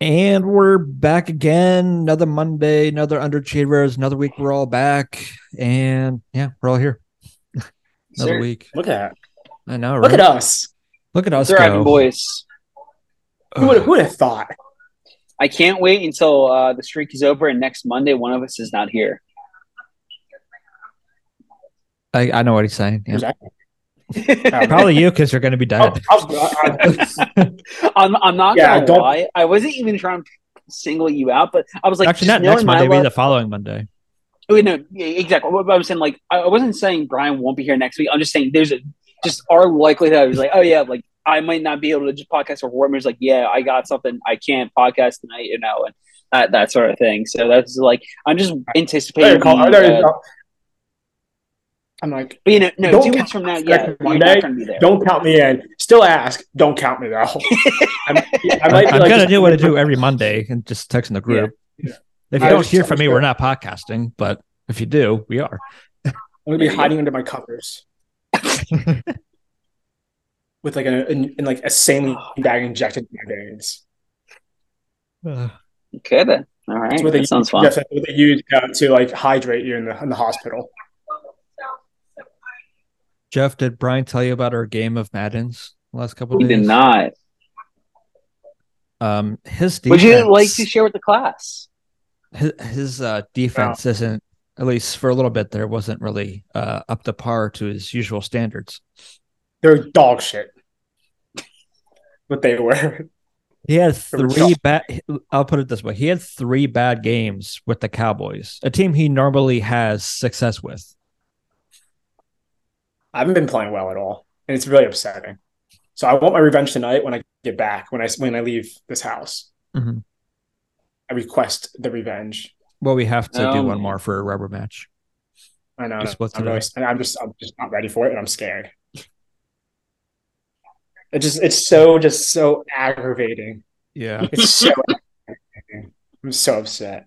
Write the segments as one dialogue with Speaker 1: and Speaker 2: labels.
Speaker 1: And we're back again. Another Monday, another underachievers, another week. We're all back. And yeah, we're all here. another
Speaker 2: Sir,
Speaker 1: week.
Speaker 2: Look at
Speaker 1: I know, right?
Speaker 2: look at us.
Speaker 1: Look at us.
Speaker 3: thriving
Speaker 1: Go.
Speaker 3: boys.
Speaker 2: Who would who would have thought?
Speaker 3: I can't wait until uh, the streak is over and next Monday one of us is not here.
Speaker 1: I, I know what he's saying. yeah.
Speaker 2: Exactly.
Speaker 1: Probably you because you're going to be
Speaker 2: I'll-
Speaker 1: dead.
Speaker 2: I'll- I- I-
Speaker 3: I'm, I'm not
Speaker 2: Yeah,
Speaker 3: gonna
Speaker 2: don't-
Speaker 3: lie. I wasn't even trying to single you out, but I was like,
Speaker 1: Actually, not
Speaker 3: just
Speaker 1: next
Speaker 3: knowing my
Speaker 1: Monday, maybe
Speaker 3: luck-
Speaker 1: the following Monday.
Speaker 3: Oh, no, yeah, exactly. What I was saying, like, I I wasn't saying Brian won't be here next week. I'm just saying there's a just our likelihood. I was like, oh yeah, like I might not be able to just podcast or Warner's like, yeah, I got something. I can't podcast tonight, you know, and that that sort of thing. So that's like I'm just
Speaker 2: I don't
Speaker 3: anticipating.
Speaker 2: recall- I
Speaker 3: the,
Speaker 2: don't
Speaker 3: uh,
Speaker 2: recall. I'm like,
Speaker 3: but, you know, no,
Speaker 2: Don't
Speaker 3: two
Speaker 2: count
Speaker 3: weeks from now,
Speaker 2: next
Speaker 3: yeah, you're
Speaker 2: Monday.
Speaker 3: not gonna be there.
Speaker 2: don't count me in. Still ask. Don't count me though. I'm, I
Speaker 1: I'm,
Speaker 2: might be
Speaker 1: I'm
Speaker 2: like,
Speaker 1: going to do what I do every Monday and just text in the group. If you
Speaker 2: I
Speaker 1: don't
Speaker 2: was-
Speaker 1: hear from me, we're not podcasting. But if you do, we are.
Speaker 2: I'm gonna be hiding under my covers with like a in, in like a saline bag injected in my veins.
Speaker 1: Uh,
Speaker 3: Okay then. All right.
Speaker 2: That's what they
Speaker 3: That sounds fun.
Speaker 2: That's what they use uh, to like hydrate you in the in the hospital.
Speaker 1: Jeff, did Brian tell you about our game of Madden's the last couple
Speaker 3: We
Speaker 1: days?
Speaker 3: did not.
Speaker 1: Um, his
Speaker 3: Would
Speaker 1: defense,
Speaker 3: you like to share with the class?
Speaker 1: his, his uh, defense isn't at least for a little bit there wasn't really uh, up to par to his usual standards.
Speaker 2: They're dog shit. What they were.
Speaker 1: He had
Speaker 2: There was
Speaker 1: three bad. I'll put it this way: he had three bad games with the Cowboys, a team he normally has success with.
Speaker 2: I haven't been playing well at all, and it's really upsetting. So I want my revenge tonight when I get back when I when I leave this house.
Speaker 1: Mhm.
Speaker 2: I request the revenge.
Speaker 1: Well, we have to do
Speaker 3: Um,
Speaker 1: one more for a rubber match.
Speaker 2: I know
Speaker 1: You're supposed to
Speaker 2: I'm,
Speaker 1: do
Speaker 2: really,
Speaker 1: it.
Speaker 2: and I'm just I'm just not ready for it, and I'm scared. It just it's so just so aggravating.
Speaker 1: Yeah.
Speaker 2: It's so. aggravating. I'm so upset.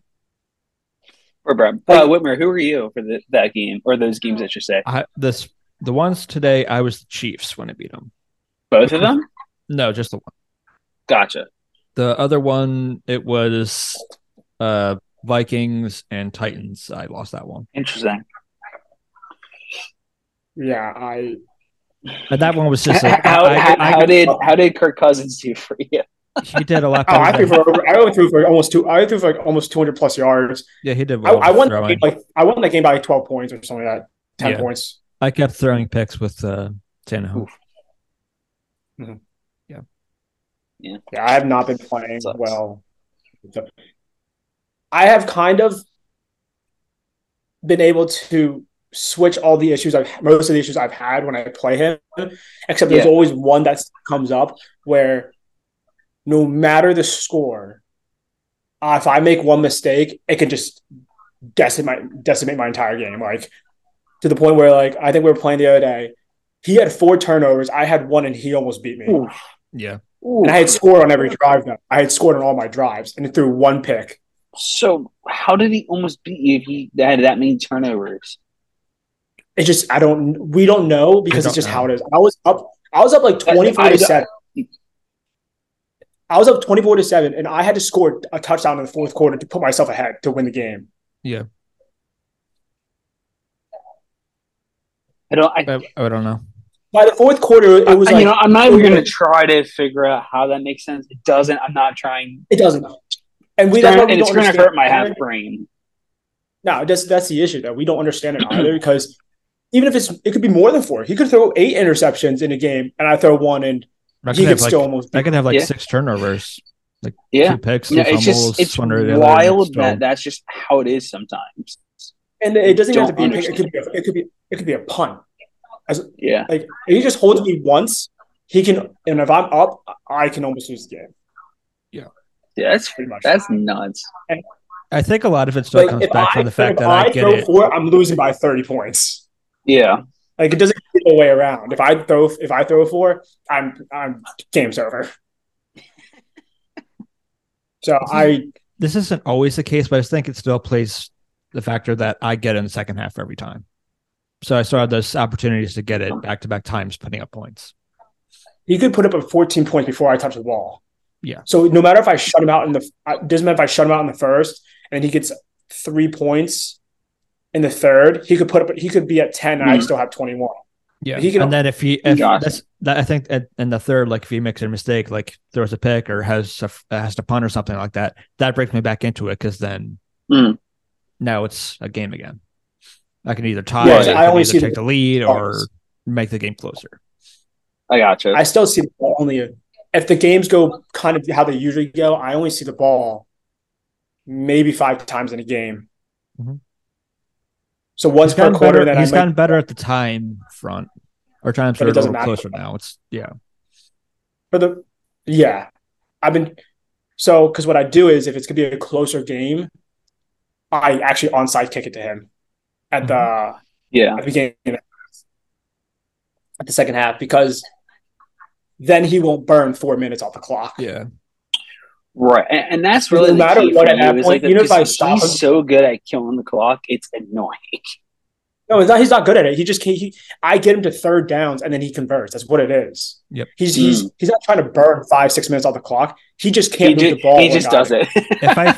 Speaker 3: Or Brad? Uh, Whitmer, who are you for the, that game or those games? I should say
Speaker 1: I this the ones today. I was the Chiefs when I beat them.
Speaker 3: both of them.
Speaker 1: No, just the one.
Speaker 3: Gotcha.
Speaker 1: The other one it was uh Vikings and Titans. I lost that one,
Speaker 3: Interesting.
Speaker 2: Yeah, I
Speaker 1: but that one was just.
Speaker 3: How,
Speaker 1: A,
Speaker 3: how,
Speaker 1: I, I, I,
Speaker 3: how did how did Kirk Cousins do for you?
Speaker 1: he did a lot
Speaker 2: oh, I
Speaker 1: better.
Speaker 2: threw
Speaker 1: than,
Speaker 2: for over, I only threw for almost two. I threw for like almost 200 plus yards.
Speaker 1: yeah, he did.
Speaker 2: I,
Speaker 1: Well
Speaker 2: I won that
Speaker 1: throwing.
Speaker 2: game, like I won that game by like 12 points or something like that. 10
Speaker 1: Yeah.
Speaker 2: points.
Speaker 1: I kept throwing picks with uh, Tannehill.
Speaker 2: Yeah, I have not been playing
Speaker 3: Sucks.
Speaker 2: well. I have kind of been able to switch all the issues I've most of the issues I've had when I play him, except there's
Speaker 3: Yeah.
Speaker 2: always one that comes up where no matter the score, uh, if I make one mistake, it can just decimate decimate my entire game. Like to the point where like I think we were playing the other day. He had four turnovers. I had one, and he almost beat me.
Speaker 3: Ooh.
Speaker 1: Yeah,
Speaker 3: Ooh,
Speaker 2: And I had scored on every drive though. I had scored on all my drives and it threw one pick.
Speaker 3: so how did he almost beat you if he had that many turnovers?
Speaker 2: It's just I don't we don't know because
Speaker 1: don't
Speaker 2: it's just
Speaker 1: know.
Speaker 2: how it is. I was up I was up like
Speaker 3: I-
Speaker 2: twenty four
Speaker 3: I-
Speaker 2: to seven. I was up twenty four to seven and I had to score a touchdown in the fourth quarter to put myself ahead to win the game.
Speaker 3: I don't. I,
Speaker 1: I, I don't know.
Speaker 2: By the fourth quarter it was
Speaker 3: I-
Speaker 2: like
Speaker 3: you know, I'm not even gonna try to figure out how that makes sense. It doesn't. I'm not trying.
Speaker 2: it doesn't and we
Speaker 3: It's
Speaker 2: that's why
Speaker 3: gonna-
Speaker 2: we
Speaker 3: and it's
Speaker 2: don't
Speaker 3: going to
Speaker 2: understand
Speaker 3: hurt my
Speaker 2: it.
Speaker 3: half brain.
Speaker 2: No, that's that's the issue though. We don't understand it either because even if it's it could be more than four. He could throw eight interceptions in a game and I throw one and
Speaker 1: I
Speaker 2: he
Speaker 1: could
Speaker 2: could
Speaker 1: have like,
Speaker 2: still almost
Speaker 1: I could have like
Speaker 3: Yeah.
Speaker 1: six turnovers, like
Speaker 3: Yeah.
Speaker 1: two picks, two
Speaker 3: No,
Speaker 1: fumbles,
Speaker 3: it's just it's
Speaker 1: one or the other, and
Speaker 3: wild
Speaker 1: still-
Speaker 3: that that's just how it is sometimes.
Speaker 2: And it doesn't even have to be.
Speaker 3: Don't
Speaker 2: It could be. a- It could be. It could be a punt.
Speaker 3: Yeah.
Speaker 2: Like if he just holds me once, he can. And if I'm up, I can almost lose the game.
Speaker 3: Yeah, that's
Speaker 2: Pretty much.
Speaker 3: that's nuts.
Speaker 1: I think a lot of it still
Speaker 2: Like,
Speaker 1: comes
Speaker 2: if
Speaker 1: back
Speaker 2: I-
Speaker 1: from the fact
Speaker 2: if
Speaker 1: that I, get
Speaker 2: throw
Speaker 1: it.
Speaker 2: four, I'm losing by thirty points.
Speaker 3: Yeah.
Speaker 2: Like it doesn't go the way around. If I throw, if I throw four, I'm, I'm game's over. So I,
Speaker 1: This isn't always the case, but I think it still plays the factor that I get in the second half every time. So I still have those opportunities to get it back to back times, putting up points.
Speaker 2: he could put up a fourteen points before I touch the ball.
Speaker 1: Yeah.
Speaker 2: So no matter if I shut him out in the uh, doesn't matter if I shut him out in the first and he gets three points in the third, he could put up he could be at ten and I
Speaker 1: Mm-hmm.
Speaker 3: Mhm.
Speaker 2: still have twenty one.
Speaker 1: Yeah,
Speaker 2: He can-
Speaker 1: and then if he, if
Speaker 3: got
Speaker 1: that's, that, I think at, in the third, like if he makes a mistake, like throws a pick or has a, has to punt or something like that, that brings me back into it because then
Speaker 3: Mm.
Speaker 1: now it's a game again. I can either tie,
Speaker 2: Yeah,
Speaker 1: I,
Speaker 3: I
Speaker 1: can
Speaker 2: only
Speaker 1: either
Speaker 2: see
Speaker 1: take the lead or
Speaker 2: cards.
Speaker 1: make the game closer.
Speaker 3: I gotcha.
Speaker 2: I still see the ball only if the games go kind of how they usually go. I only see the ball maybe five times in a game.
Speaker 1: Mhm.
Speaker 2: So once
Speaker 1: he's
Speaker 2: per
Speaker 1: gotten
Speaker 2: quarter,
Speaker 1: better,
Speaker 2: then
Speaker 1: he's
Speaker 2: I might,
Speaker 1: gotten better at the time front or times
Speaker 2: But
Speaker 1: are
Speaker 2: it
Speaker 1: a little
Speaker 2: doesn't matter.
Speaker 1: closer now. It's yeah,
Speaker 2: for the yeah. I've been so because what I do is if it's gonna be a closer game, I actually onside kick it to him at the.
Speaker 3: yeah.
Speaker 2: at the beginning of the half, at the second half because then he won't burn four minutes off the clock.
Speaker 1: yeah,
Speaker 3: Right, and, and that's
Speaker 2: No
Speaker 3: really the
Speaker 2: matter
Speaker 3: key
Speaker 2: what
Speaker 3: for
Speaker 2: at
Speaker 3: me,
Speaker 2: that
Speaker 3: is,
Speaker 2: point,
Speaker 3: like,
Speaker 2: you know, if I
Speaker 3: because
Speaker 2: stop
Speaker 3: he's
Speaker 2: him-
Speaker 3: so good at killing the clock, it's annoying.
Speaker 2: No, it's not, he's not good at it. He just can't. He, I get him to third downs and then he converts. That's what it is.
Speaker 1: Yep.
Speaker 2: He's he's he's not trying to burn five six minutes off the clock. He just can't
Speaker 3: Mm. he
Speaker 2: move
Speaker 3: just,
Speaker 2: the ball.
Speaker 3: he
Speaker 2: when
Speaker 3: just
Speaker 2: I-
Speaker 3: does it.
Speaker 1: if I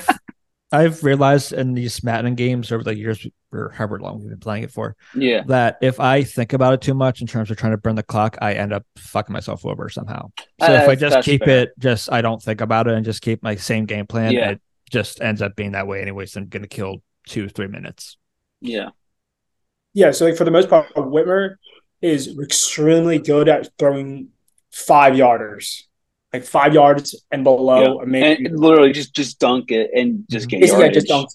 Speaker 1: I've realized in these Madden games over the years or however long we've been playing it for,
Speaker 3: yeah,
Speaker 1: that if I think about it too much in terms of trying to burn the clock, I end up fucking myself over somehow. So if I
Speaker 3: Uh, that's-
Speaker 1: just
Speaker 3: that's
Speaker 1: keep
Speaker 3: fair.
Speaker 1: it, just I don't think about it and just keep my same game plan,
Speaker 3: Yeah.
Speaker 1: it just ends up being that way anyways. I'm gonna kill two, three minutes.
Speaker 3: yeah,
Speaker 2: Yeah. So like for the most part, Whitmer is extremely good at throwing five yarders, like five yards and below. Amazing.
Speaker 3: and literally just just dunk it and just get
Speaker 2: Basically, I
Speaker 3: yardage.
Speaker 2: just don't.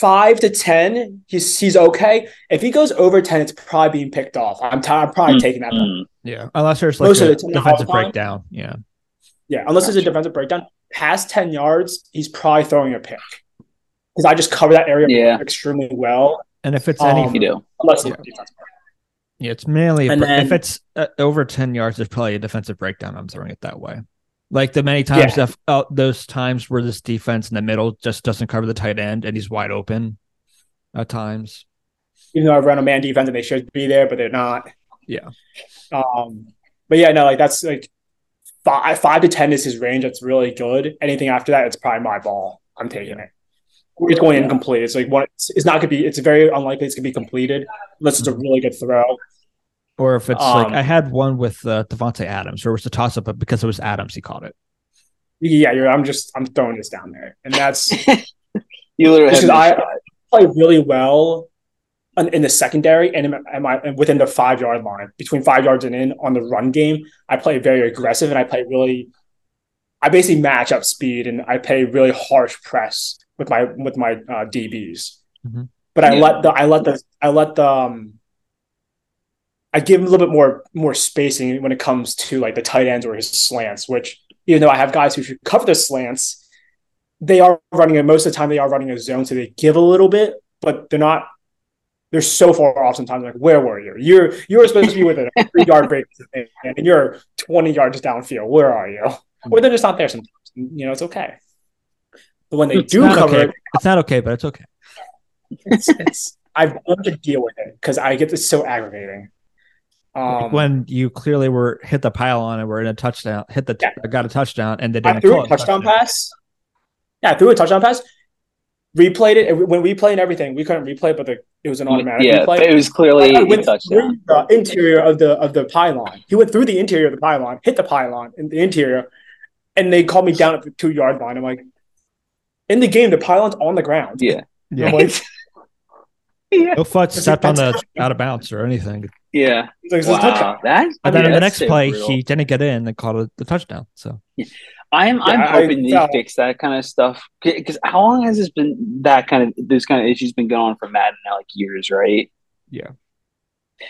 Speaker 2: Five to ten, he's he's okay. If he goes over ten, it's probably being picked off. I'm t- I'm probably
Speaker 3: Mm,
Speaker 2: taking that.
Speaker 3: Mm.
Speaker 1: Yeah. Unless there's
Speaker 3: Oh,
Speaker 1: like
Speaker 2: Most of
Speaker 1: a
Speaker 2: the time,
Speaker 1: defensive
Speaker 2: I'll-
Speaker 1: breakdown. Yeah.
Speaker 2: Yeah, unless there's a
Speaker 3: Gotcha.
Speaker 2: defensive breakdown. Past ten yards, he's probably throwing a pick because I just cover that area
Speaker 3: Yeah.
Speaker 2: extremely well.
Speaker 1: And if it's
Speaker 2: Um,
Speaker 1: any
Speaker 3: You do.
Speaker 2: Unless
Speaker 1: Yeah. yeah, it's mainly a
Speaker 2: and
Speaker 1: bre- if
Speaker 2: then-
Speaker 1: it's uh, over 10 yards, there's probably a defensive breakdown. I'm throwing it that way. Like the many times that uh, those times where this defense in the middle just doesn't cover the tight end and he's wide open at times.
Speaker 2: even though I run a man defense and they should be there, but they're not.
Speaker 1: Yeah.
Speaker 2: Um. But yeah, no, like that's like five five to ten is his range. That's really good. Anything after that, it's probably my ball. I'm taking it. It's going incomplete. It's like one. It's, it's not gonna be. It's very unlikely it's gonna be completed unless it's a really good throw.
Speaker 1: Or if it's like
Speaker 2: Um,
Speaker 1: I had one with uh, Devonte Adams, where it was the toss up, but because it was Adams, he caught it.
Speaker 2: Yeah, you're, I'm just I'm throwing this down there, and that's
Speaker 3: You literally
Speaker 2: Just
Speaker 3: have no
Speaker 2: I-
Speaker 3: shot.
Speaker 2: play really well in, in the secondary and in, in my, and within the five yard line, between five yards and in on the run game. I play very aggressive and I play really. I basically match up speed and I play really harsh press with my with my uh, DBs.
Speaker 1: Mhm.
Speaker 2: But I
Speaker 3: Yeah.
Speaker 2: let the I let the I let the um, I give him a little bit more more spacing when it comes to like the tight ends or his slants. Which even though I have guys who should cover the slants, they are running it most of the time they are running a zone so they give a little bit but they're not they're so far off sometimes like where were you you're you were supposed to be within a three yard break and you're 20 yards downfield where are you or they're just not there sometimes you know it's okay but when they
Speaker 1: It's
Speaker 2: do
Speaker 1: not
Speaker 2: cover
Speaker 1: okay.
Speaker 2: it
Speaker 1: It's not okay, but it's okay.
Speaker 2: it's, it's i've learned to deal with it because i get it's so aggravating um
Speaker 1: when you clearly were hit the pile on and were in a touchdown, hit the uh, got a touchdown, and they didn't
Speaker 2: I threw
Speaker 1: call
Speaker 2: a
Speaker 1: it
Speaker 2: touchdown pass. Yeah, I threw a touchdown pass. Replayed it and when we played everything. We couldn't replay, it, but the, it was an automatic
Speaker 3: Yeah,
Speaker 2: replay.
Speaker 3: it was clearly
Speaker 2: I
Speaker 3: a
Speaker 2: went
Speaker 3: touchdown.
Speaker 2: through the interior of the of the pylon. He went through the interior of the pylon, hit the pylon in the interior, and they called me down at the two yard line. I'm like, in the game, the pylon's on the ground.
Speaker 3: Yeah.
Speaker 1: Yeah.
Speaker 2: I'm like,
Speaker 3: Yeah.
Speaker 1: No foot stepped on the out of bounds or anything.
Speaker 3: Yeah.
Speaker 2: it's like, it's a touchdown.
Speaker 3: Wow. That, I
Speaker 1: And then
Speaker 3: mean,
Speaker 1: in the next
Speaker 3: that's so
Speaker 1: play,
Speaker 3: brutal.
Speaker 1: he didn't get in and called it the touchdown. So
Speaker 3: I'm I'm
Speaker 2: I-
Speaker 3: hoping they
Speaker 2: yeah.
Speaker 3: fix that kind of stuff because how long has this been that kind of those kind of issues been going on for Madden now like years right?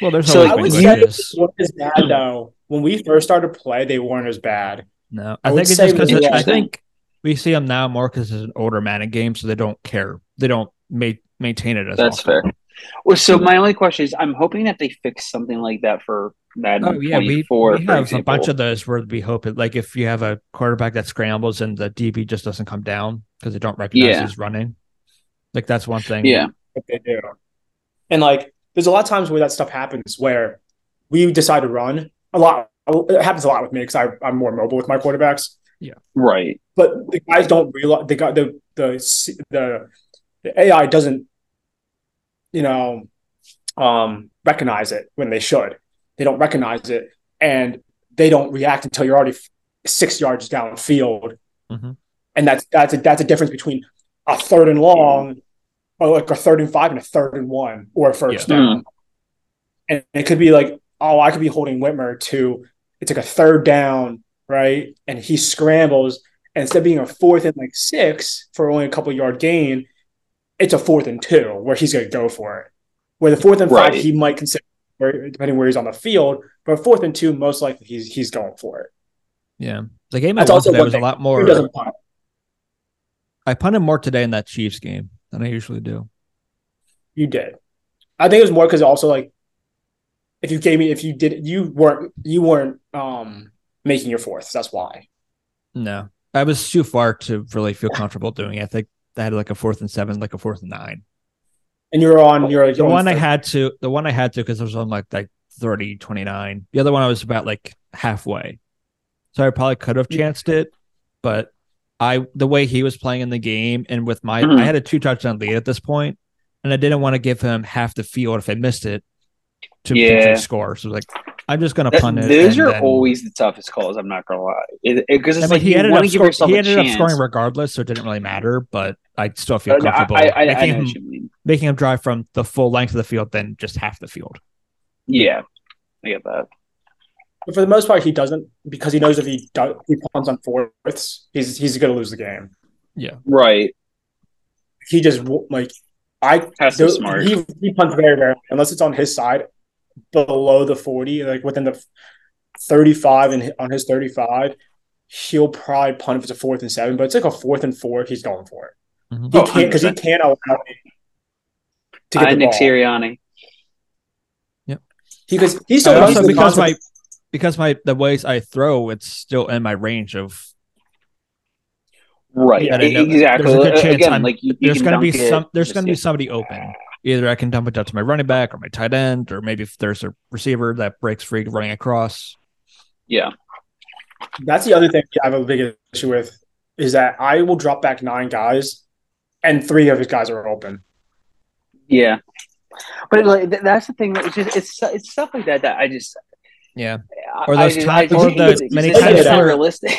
Speaker 1: well, there's
Speaker 3: So
Speaker 2: I
Speaker 1: always
Speaker 2: would
Speaker 1: been
Speaker 2: say it
Speaker 1: glitches.
Speaker 2: wasn't as bad though. When we first started play, they weren't as bad.
Speaker 1: No,
Speaker 2: I
Speaker 1: I
Speaker 2: would
Speaker 1: think it's
Speaker 2: say
Speaker 1: just because
Speaker 2: maybe
Speaker 1: I
Speaker 3: interesting.
Speaker 1: think we see them now more because it's an older Madden game, so they don't care. They don't ma- maintain it as
Speaker 3: That's
Speaker 1: often.
Speaker 3: fair. Well, so my only question is, I'm hoping that they fix something like that for Madden
Speaker 1: Oh yeah, we,
Speaker 3: 24.
Speaker 1: we
Speaker 3: for
Speaker 1: have a bunch
Speaker 3: example.
Speaker 1: of those where we hope it like if you have a quarterback that scrambles and the DB just doesn't come down because they don't recognize
Speaker 3: Yeah.
Speaker 1: he's running. Like that's one thing.
Speaker 3: yeah,
Speaker 2: what they do. And like, there's a lot of times where that stuff happens where we decide to run a lot. It happens a lot with me because I'm more mobile with my quarterbacks.
Speaker 3: Right.
Speaker 2: but the guys don't realize they got the the the the AI doesn't you know um recognize it when they should. They don't recognize it and they don't react until you're already f- 6 yards downfield.
Speaker 1: Mhm.
Speaker 2: And that's that's a that's a difference between a third and long or like a third and 5 and a third and 1 or a first
Speaker 3: Yeah.
Speaker 2: down. And it could be like oh I could be holding Whitmer to it's like a third down, right? And he scrambles and instead of being a fourth and like six for only a couple yard gain, it's a fourth and two where he's going to go for it. Where the fourth and
Speaker 3: Right.
Speaker 2: five he might consider where- depending where he's on the field, but fourth and two most likely he's he's going for it.
Speaker 1: Yeah. The game I
Speaker 2: That's
Speaker 1: watched
Speaker 2: also
Speaker 1: today
Speaker 2: one
Speaker 1: was
Speaker 2: thing.
Speaker 1: a lot
Speaker 2: Who
Speaker 1: more.
Speaker 2: doesn't punt?
Speaker 1: I punted more today in that Chiefs game than I usually do.
Speaker 2: You did. I think it was more because also like if you gave me if you did you weren't you weren't um making your fourths. That's why.
Speaker 1: No, I was too far to really feel comfortable doing it. I think I had like a fourth and seven, like a fourth and nine.
Speaker 2: And you're on you're like
Speaker 1: Oh, The one I
Speaker 2: third.
Speaker 1: had to, the one I had to, because I was on like like 30, 29. The other one I was about like halfway. So I probably could have chanced it, but I, the way he was playing in the game and with my,
Speaker 3: Mhm.
Speaker 1: I had a two touchdown lead at this point, and I didn't want to give him half the field if I missed it to
Speaker 3: Yeah.
Speaker 1: potentially score. So like, I'm just going to
Speaker 3: That-
Speaker 1: punt it.
Speaker 3: those
Speaker 1: and
Speaker 3: are
Speaker 1: then-
Speaker 3: always the toughest calls. I'm not gonna lie, because
Speaker 1: I
Speaker 3: it's
Speaker 1: mean,
Speaker 3: like
Speaker 1: he
Speaker 3: you
Speaker 1: ended,
Speaker 3: want
Speaker 1: up,
Speaker 3: to give
Speaker 1: scor-
Speaker 3: yourself
Speaker 1: he
Speaker 3: a
Speaker 1: ended up
Speaker 3: chance.
Speaker 1: scoring regardless, so it didn't really matter. But I still feel
Speaker 3: Uh, no,
Speaker 1: comfortable
Speaker 3: I, I, I, I
Speaker 1: making,
Speaker 3: know
Speaker 1: him,
Speaker 3: what you mean.
Speaker 1: making him drive from the full length of the field than just half the field.
Speaker 3: Yeah, I get that.
Speaker 2: But for the most part, he doesn't because he knows if he do, he punts on fourths, he's he's going to lose the game.
Speaker 3: Right,
Speaker 2: He just w- like I
Speaker 3: that's so
Speaker 2: there-
Speaker 3: smart.
Speaker 2: he he punts very rarely unless it's on his side below the forty, like within the thirty five and on his thirty five. He'll probably punt if it's a fourth and seven, but it's like a fourth and four. He's going for it.
Speaker 1: Mm-hmm.
Speaker 2: He
Speaker 3: Oh,
Speaker 2: can't because he
Speaker 3: 100%.
Speaker 2: can't allow me to get
Speaker 3: I,
Speaker 2: the
Speaker 3: Nick
Speaker 2: ball.
Speaker 3: Sirianni.
Speaker 2: He because he's
Speaker 1: I
Speaker 2: still
Speaker 1: also-
Speaker 2: he's the
Speaker 1: because
Speaker 2: concept-
Speaker 1: my because my the ways I throw, it's still in my range of.
Speaker 3: Right, E-
Speaker 1: Yeah, I didn't know that.
Speaker 3: exactly.
Speaker 1: There's a good chance
Speaker 3: Again,
Speaker 1: I'm-
Speaker 3: like you, you
Speaker 1: There's
Speaker 3: can
Speaker 1: going to be
Speaker 3: dunk it,
Speaker 1: some. There's going to be
Speaker 3: just-
Speaker 1: somebody open. Either I can dump it out to my running back or my tight end, or maybe if there's a receiver that breaks free running across.
Speaker 3: yeah,
Speaker 2: That's the other thing I have a big issue with is that I will drop back nine guys, and three of his guys are open.
Speaker 3: yeah. But like th- that's the thing. It's just it's it's stuff like that that I just
Speaker 1: Yeah.
Speaker 3: I-
Speaker 1: Or
Speaker 3: I
Speaker 1: those
Speaker 3: just-
Speaker 1: ti-
Speaker 3: I just
Speaker 2: or
Speaker 3: think
Speaker 2: the
Speaker 3: it's- it's
Speaker 1: many
Speaker 3: just-
Speaker 2: times
Speaker 3: it's not
Speaker 1: where-
Speaker 3: realistic.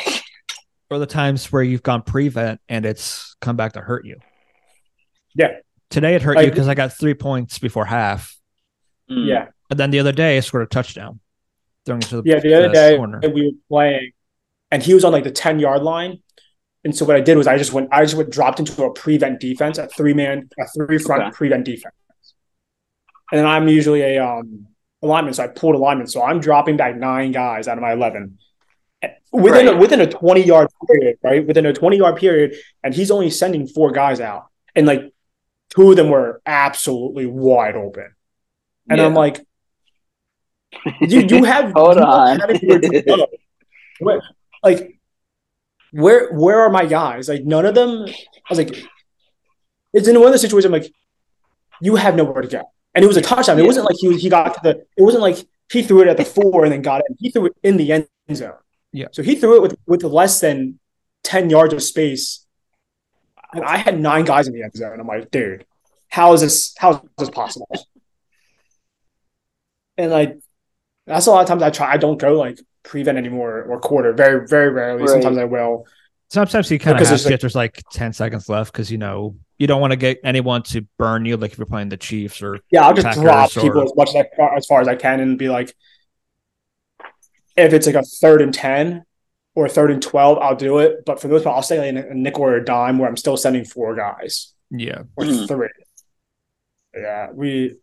Speaker 1: Or the times where you've gone prevent and it's come back to hurt you.
Speaker 2: Yeah.
Speaker 1: Today it hurt
Speaker 2: Like-
Speaker 1: you because I got three points before half,
Speaker 3: Mm.
Speaker 2: Yeah,
Speaker 1: and then the other day I scored a touchdown. Throwing it to the
Speaker 2: yeah. The other
Speaker 1: the
Speaker 2: day
Speaker 1: corner.
Speaker 2: we were playing, and he was on like the ten yard line, and so what I did was I just went, I just went dropped into a prevent defense, a three man, a three front
Speaker 3: Okay.
Speaker 2: prevent defense, and then I'm usually a um alignment, so I pulled alignment, so I'm dropping back nine guys out of my eleven. Within a,
Speaker 3: Right.
Speaker 2: within a twenty yard period, right? Within a twenty yard period, and he's only sending four guys out, and like two of them were absolutely wide open. And
Speaker 3: Yeah.
Speaker 2: I'm like, you you have
Speaker 3: Hold
Speaker 2: you have
Speaker 3: on.
Speaker 2: everywhere to go. Where- like, where where are my guys? Like, none of them. I was like, it's in one of the situations. I'm like, you have nowhere to go, and it was a touchdown. It
Speaker 3: Yeah.
Speaker 2: wasn't like he he got to the. It wasn't like he threw it at the four and then got it. He threw it in the end zone.
Speaker 1: Yeah.
Speaker 2: So he threw it with with less than ten yards of space, and I had nine guys in the end zone. I'm like, dude, how is this? How is this possible? and like that's a lot of times I try. I don't go like prevent anymore or quarter. Very very rarely.
Speaker 3: Right.
Speaker 2: Sometimes I will.
Speaker 1: Sometimes you kind of
Speaker 2: Because
Speaker 1: have
Speaker 2: there's
Speaker 1: to if there's like ten seconds left because you know you don't want to get anyone to burn you like if you're playing the Chiefs or
Speaker 2: Yeah, I'll just
Speaker 1: Packers
Speaker 2: drop
Speaker 1: or-
Speaker 2: people as much as, I, far- as far as I can and be like, if it's like a third and ten or a third and twelve, I'll do it. But for those, I'll stay in a nickel or a dime where I'm still sending four guys
Speaker 1: yeah.
Speaker 2: or
Speaker 3: Mhm.
Speaker 2: three. Yeah, we.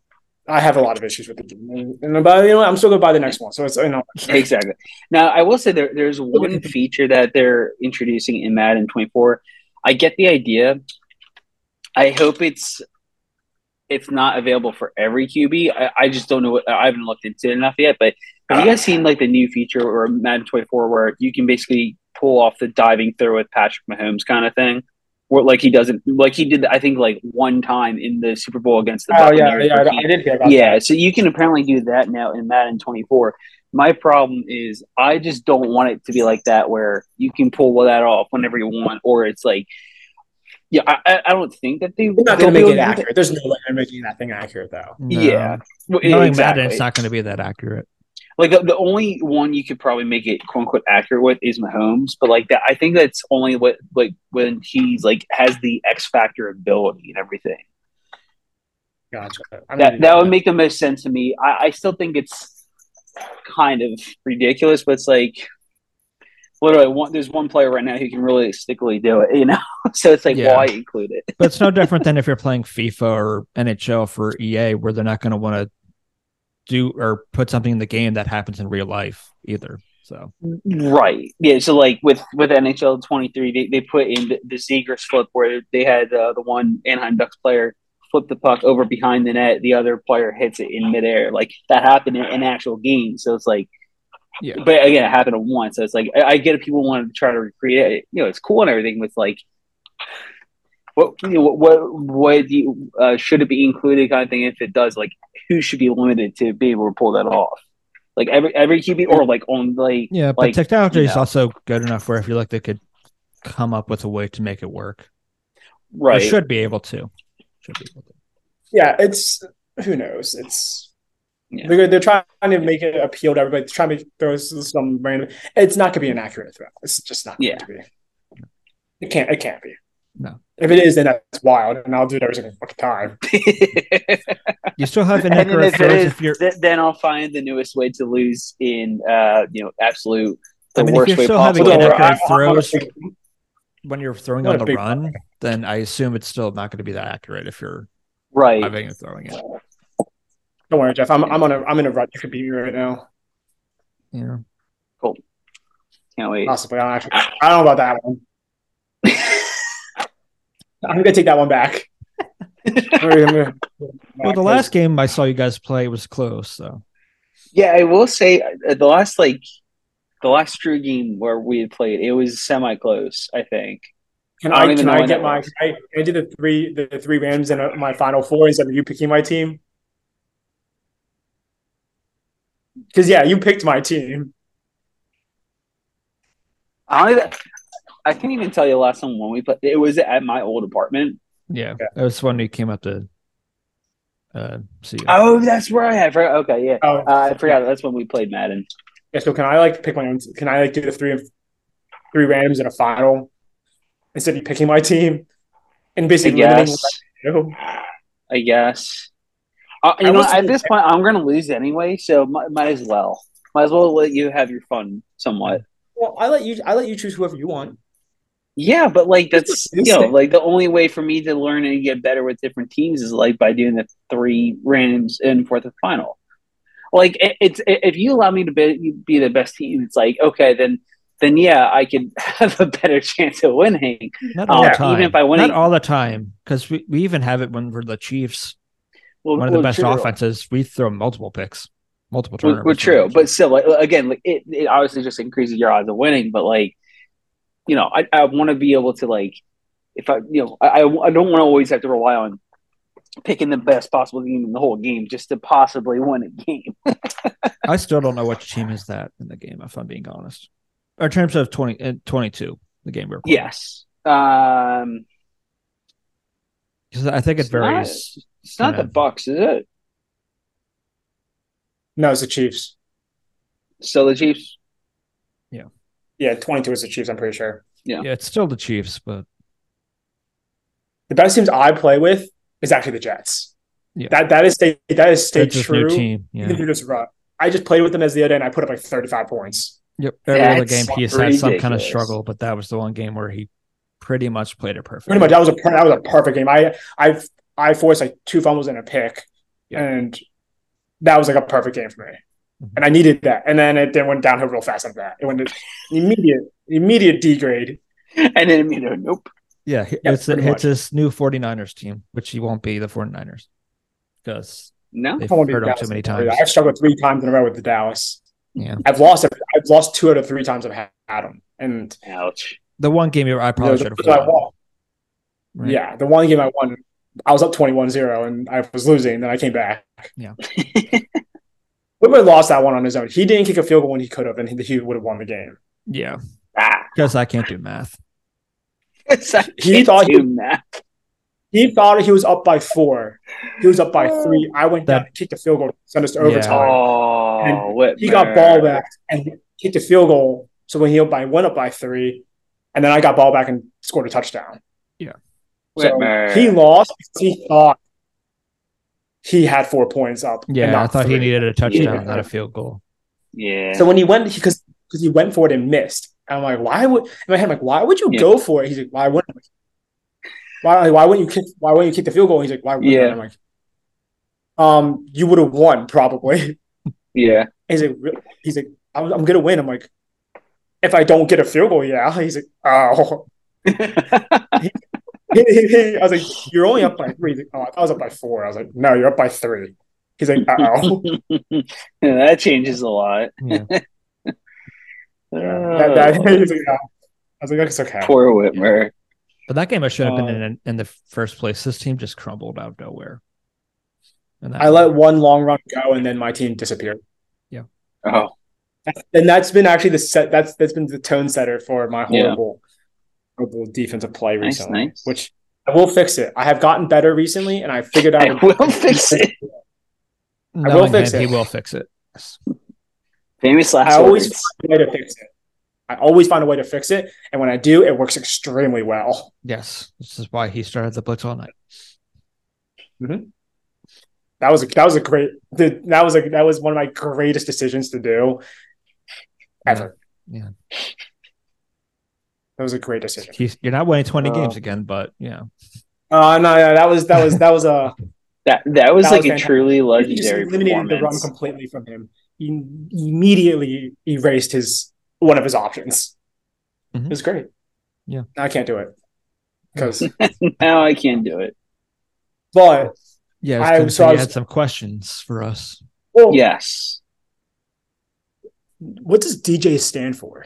Speaker 2: I have a lot of issues with the game, and but you know what, I'm still gonna buy the next one. So it's you know
Speaker 3: exactly. Now, I will say there, there's one feature that they're introducing in Madden 24. I get the idea. I hope it's it's not available for every QB. I, I just don't know. What, I haven't looked into it enough yet. But have
Speaker 2: Uh.
Speaker 3: you guys seen like the new feature or Madden 24 where you can basically pull off the diving throw with Patrick Mahomes kind of thing? Or like he doesn't like he did I think like one time in the Super Bowl against the
Speaker 2: oh yeah
Speaker 3: Buccaneers
Speaker 2: yeah
Speaker 3: where
Speaker 2: I,
Speaker 3: he-
Speaker 2: I did hear about
Speaker 3: yeah,
Speaker 2: that.
Speaker 3: so you can apparently do that now in Madden 24. My problem is I just don't want it to be like that where you can pull that off whenever you want, or it's like, yeah, I, I- I don't think that they.
Speaker 2: They're not
Speaker 3: they'll
Speaker 2: going
Speaker 3: be
Speaker 2: to
Speaker 3: able
Speaker 2: make it
Speaker 3: do that.
Speaker 2: accurate. There's no way they're making that thing accurate, though.
Speaker 3: Yeah, Well,
Speaker 1: Knowing
Speaker 3: exactly.
Speaker 1: Madden, it's not going to be that accurate.
Speaker 3: Like the, the only one you could probably make it quote unquote accurate with is Mahomes, but like that, I think that's only what like when he's like has the X factor ability and everything.
Speaker 2: Gotcha. I'm gonna
Speaker 3: That
Speaker 2: do
Speaker 3: that would make the most sense to me. I, I still think it's kind of ridiculous, but it's like what do I want? There's one player right now who can really stickily do it, you know. So it's like
Speaker 1: Yeah.
Speaker 3: why include it?
Speaker 1: But it's no different than if you're playing FIFA or NHL for EA, where they're not going to want to do or put something in the game that happens in real life either. So
Speaker 3: Right. Yeah. So like with with NHL 23, they, they put in the, the Zegers flip where they had uh, the one Anaheim Ducks player flip the puck over behind the net, the other player hits it in midair. Like that happened in an actual game. So it's like,
Speaker 1: Yeah.
Speaker 3: But again, it happened at once. So it's like I, I get if people want to try to recreate it. You know, it's cool and everything. With like, what you know, what what do you, uh, should it be included kind of thing? If it does, like, who should be limited to be able to pull that off? Like every every QB or like on like
Speaker 1: yeah, but
Speaker 3: Like,
Speaker 1: technology
Speaker 3: you
Speaker 1: is
Speaker 3: know.
Speaker 1: also good enough where I feel like they could come up with a way to make it work. Or
Speaker 3: right.
Speaker 1: should be able to. Should be able to.
Speaker 2: that. Yeah, it's who knows. It's
Speaker 3: Yeah.
Speaker 2: they're, they're trying to make it appeal to everybody. They're trying to throw some random. It's not going to be an accurate throw. It's just not going
Speaker 3: Yeah.
Speaker 2: to be. It can't. It can't be.
Speaker 1: No.
Speaker 2: If it is, then that's wild, and I'll do it every single fucking time.
Speaker 1: You still have
Speaker 3: and then
Speaker 1: inaccurate
Speaker 3: if it
Speaker 1: throws
Speaker 3: is,
Speaker 1: if you're.
Speaker 3: th- then I'll find the newest way to lose in uh, you know absolute the
Speaker 1: I mean, if
Speaker 3: worst
Speaker 1: you're
Speaker 3: way
Speaker 1: still having
Speaker 3: possible. uh,
Speaker 2: Don't worry,
Speaker 1: inaccurate
Speaker 2: I- I-
Speaker 1: throws
Speaker 2: I-
Speaker 1: when you're throwing
Speaker 2: Not
Speaker 1: on
Speaker 2: a
Speaker 1: the
Speaker 2: big
Speaker 1: run, then I assume it's still not going to be that accurate if you're
Speaker 3: right.
Speaker 1: having and throwing it.
Speaker 2: Don't worry, Jeff. I'm, I'm on a I'm in a rut. You could beat me right now.
Speaker 1: You know,
Speaker 3: Can't wait.
Speaker 2: Possibly. I don't, actually, I don't know about that one. I'm gonna take that one back.
Speaker 1: well, the last game I saw you guys play was close, so
Speaker 3: Yeah, I will say uh, the last like the last true game where we had played, it was semi close. I think.
Speaker 2: Can
Speaker 3: I
Speaker 2: I,
Speaker 3: don't even
Speaker 2: can
Speaker 3: know
Speaker 2: I
Speaker 3: when
Speaker 2: get
Speaker 3: that
Speaker 2: my
Speaker 3: was.
Speaker 2: I, I did the three the three Rams in uh, my final four instead of you picking my team? Because yeah, you picked my team.
Speaker 3: I don't even, I can't even tell you the last time when we played. It was at my old apartment.
Speaker 1: yeah, that was when you came up to uh, see you.
Speaker 3: Oh, that's where I had. Okay, yeah.
Speaker 2: Oh,
Speaker 3: Uh, I forgot. That's when we played Madden.
Speaker 2: yeah, so can I like pick my own? Can I like do the three three Rams in a final instead of picking my team and
Speaker 3: I
Speaker 2: basically limiting
Speaker 3: guess.
Speaker 2: what I do?
Speaker 3: I guess. Uh, you
Speaker 2: I
Speaker 3: know,
Speaker 2: will say-
Speaker 3: at this point, I'm going to lose anyway, so might, might as well. Might as well let you have your fun somewhat.
Speaker 2: Well, I let you I let you choose whoever you want.
Speaker 3: Yeah, but like that's
Speaker 2: This
Speaker 3: you know,
Speaker 2: thing-
Speaker 3: like the only way for me to learn and get better with different teams is like by doing the three randoms in fourth and final. Like it, it's if you allow me to be, be the best team, it's like okay, then then yeah, I could have a better chance of winning.
Speaker 1: Not all
Speaker 3: yeah,
Speaker 1: the time.
Speaker 3: even if I win
Speaker 1: Not
Speaker 3: it-
Speaker 1: all the time, because we, we even have it when we're the Chiefs,
Speaker 3: Well,
Speaker 1: one of the
Speaker 3: well,
Speaker 1: best
Speaker 3: true.
Speaker 1: offenses. We throw multiple picks, multiple
Speaker 3: Well,
Speaker 1: turnovers.
Speaker 3: well, true,
Speaker 1: So-
Speaker 3: but still, like again, like it, it obviously just increases your odds of winning. But like, you know, I, I want to be able to like, if I, you know, I, I I don't want to always have to rely on picking the best possible team in the whole game just to possibly win a game.
Speaker 1: I still don't know which team is that in the game, if I'm being honest. Or in terms of 20, uh, 22, the game we we're playing.
Speaker 3: Yes, um,
Speaker 1: 'Cause I think it
Speaker 3: It's not-
Speaker 1: varies.
Speaker 3: it's not the
Speaker 1: Yeah.
Speaker 3: Bucks, is it?
Speaker 2: No, it's the Chiefs.
Speaker 3: Still the Chiefs.
Speaker 2: Yeah, 22 is the Chiefs, I'm pretty sure.
Speaker 3: Yeah.
Speaker 1: Yeah, it's still the Chiefs, but
Speaker 2: The best teams I play with is actually the Jets.
Speaker 1: Yeah.
Speaker 2: That that is stay that is stay
Speaker 1: it's just new
Speaker 2: true.
Speaker 1: team.
Speaker 2: Even
Speaker 1: Yeah.
Speaker 2: through this rut. I just played with them as the other day and I put up like 35 points.
Speaker 1: Yep. Every other game
Speaker 3: That's
Speaker 1: he's had some kind of
Speaker 3: ridiculous.
Speaker 1: struggle, but that was the one game where he pretty much played it perfect.
Speaker 2: Pretty much that was a per- that was a perfect game. I I I forced like two fumbles and a pick,
Speaker 1: Yeah.
Speaker 2: and that was like a perfect game for me.
Speaker 1: Mhm.
Speaker 2: And I needed that. And then it then went downhill real fast after that. It went to immediate immediate degrade.
Speaker 3: And then you know, nope.
Speaker 1: Yeah, he-
Speaker 2: Yeah,
Speaker 1: it's
Speaker 2: pretty
Speaker 1: it's
Speaker 2: much.
Speaker 1: this new 49ers team, which he won't be the 49ers because
Speaker 3: No,
Speaker 1: they've
Speaker 2: I won't be
Speaker 1: heard him too
Speaker 2: Dallas.
Speaker 1: many times.
Speaker 2: I've struggled three times in a row with the Dallas.
Speaker 1: Yeah.
Speaker 2: I've lost. I've lost two out of three times I've had them, and
Speaker 3: ouch.
Speaker 1: The one game where I probably
Speaker 2: those-
Speaker 1: should have
Speaker 2: those I
Speaker 1: won.
Speaker 2: won.
Speaker 1: right?
Speaker 2: Yeah, the one game I won, I was up 21-0 and I was losing. Then I came back. Whitmer lost that one on his own. He didn't kick a field goal when he could have, and he, he would have won the game.
Speaker 1: Yeah,
Speaker 3: Ah,
Speaker 1: because I can't do math.
Speaker 3: it's like,
Speaker 2: He thought he-
Speaker 3: do math.
Speaker 2: He thought he was up by four. He was up by three. I went down, kicked a field goal, sent us to
Speaker 1: Yeah.
Speaker 2: overtime.
Speaker 3: Oh, Whitmer.
Speaker 2: He got ball back and kicked a field goal. So when he up by, went up by three, and then I got ball back and scored a touchdown. So
Speaker 3: Whitmer.
Speaker 2: he lost because he thought he had four points up. and
Speaker 1: Yeah,
Speaker 2: not
Speaker 1: I thought
Speaker 2: three.
Speaker 1: he needed a touchdown,
Speaker 2: Yeah.
Speaker 1: not a field goal.
Speaker 3: yeah.
Speaker 2: So when he went, because because he went for it and missed, I'm like, why would? In my head, I'm like, why would you
Speaker 3: Yeah.
Speaker 2: go for it? He's like, why wouldn't? I? Why why wouldn't you kick? Why wouldn't you kick the field goal? He's like, why wouldn't? I?
Speaker 3: Yeah.
Speaker 2: I'm like, um, you would have won probably.
Speaker 3: yeah.
Speaker 2: He's like, "Really?" he's like, I'm, I'm gonna win. I'm like, if I don't get a field goal, yeah. He's like, oh. I was like, you're only up by three. He's like, oh, I thought I was up by four. I was like, no, you're up by three. He's like, uh oh.
Speaker 3: Yeah, that changes a lot.
Speaker 1: Yeah.
Speaker 2: that, that, he's like, "Oh." I was like, it's okay.
Speaker 3: Poor Whitmer.
Speaker 1: But that game I should have been
Speaker 2: Uh,
Speaker 1: in in the first place. This team just crumbled out of nowhere. And that-
Speaker 2: I let one long run go, and then my team disappeared.
Speaker 3: Oh,
Speaker 2: And that's been actually the set. That's that's been the tone setter for my
Speaker 3: Yeah.
Speaker 2: horrible, horrible defensive play
Speaker 3: Nice,
Speaker 2: recently.
Speaker 3: nice.
Speaker 2: Which I will fix it. I have gotten better recently, and I figured out.
Speaker 3: I will fix it.
Speaker 1: knowing
Speaker 2: will fix
Speaker 1: him,
Speaker 2: it.
Speaker 1: He will fix it.
Speaker 3: Famous last
Speaker 2: I always
Speaker 3: words.
Speaker 2: find a way to fix it. I always find a way to fix it, and when I do, it works extremely well.
Speaker 1: Yes, this is why he started the blitz all night.
Speaker 2: That was a, that was a great. dude, That was a that was one of my greatest decisions to do ever.
Speaker 1: Yeah.
Speaker 2: That was a great decision.
Speaker 1: He's, you're not winning 20
Speaker 3: Oh.
Speaker 1: games again, but yeah,
Speaker 2: Uh, no, no, that was that was that was a.
Speaker 3: That that was
Speaker 2: That
Speaker 3: like
Speaker 2: was
Speaker 3: a
Speaker 2: fantastic.
Speaker 3: truly
Speaker 2: he just
Speaker 3: legendary
Speaker 2: eliminated the run
Speaker 3: performance.
Speaker 2: completely from him. He immediately erased his one of his options.
Speaker 1: Mhm.
Speaker 2: It was great.
Speaker 1: Yeah.
Speaker 2: I can't do it because,
Speaker 3: now I can't do it.
Speaker 2: but
Speaker 1: yeah. I was
Speaker 2: I-
Speaker 1: gonna
Speaker 2: so
Speaker 1: say
Speaker 2: I
Speaker 1: he
Speaker 2: was-
Speaker 1: had some questions for us.
Speaker 2: well,
Speaker 3: Yes.
Speaker 2: what does DJ stand for?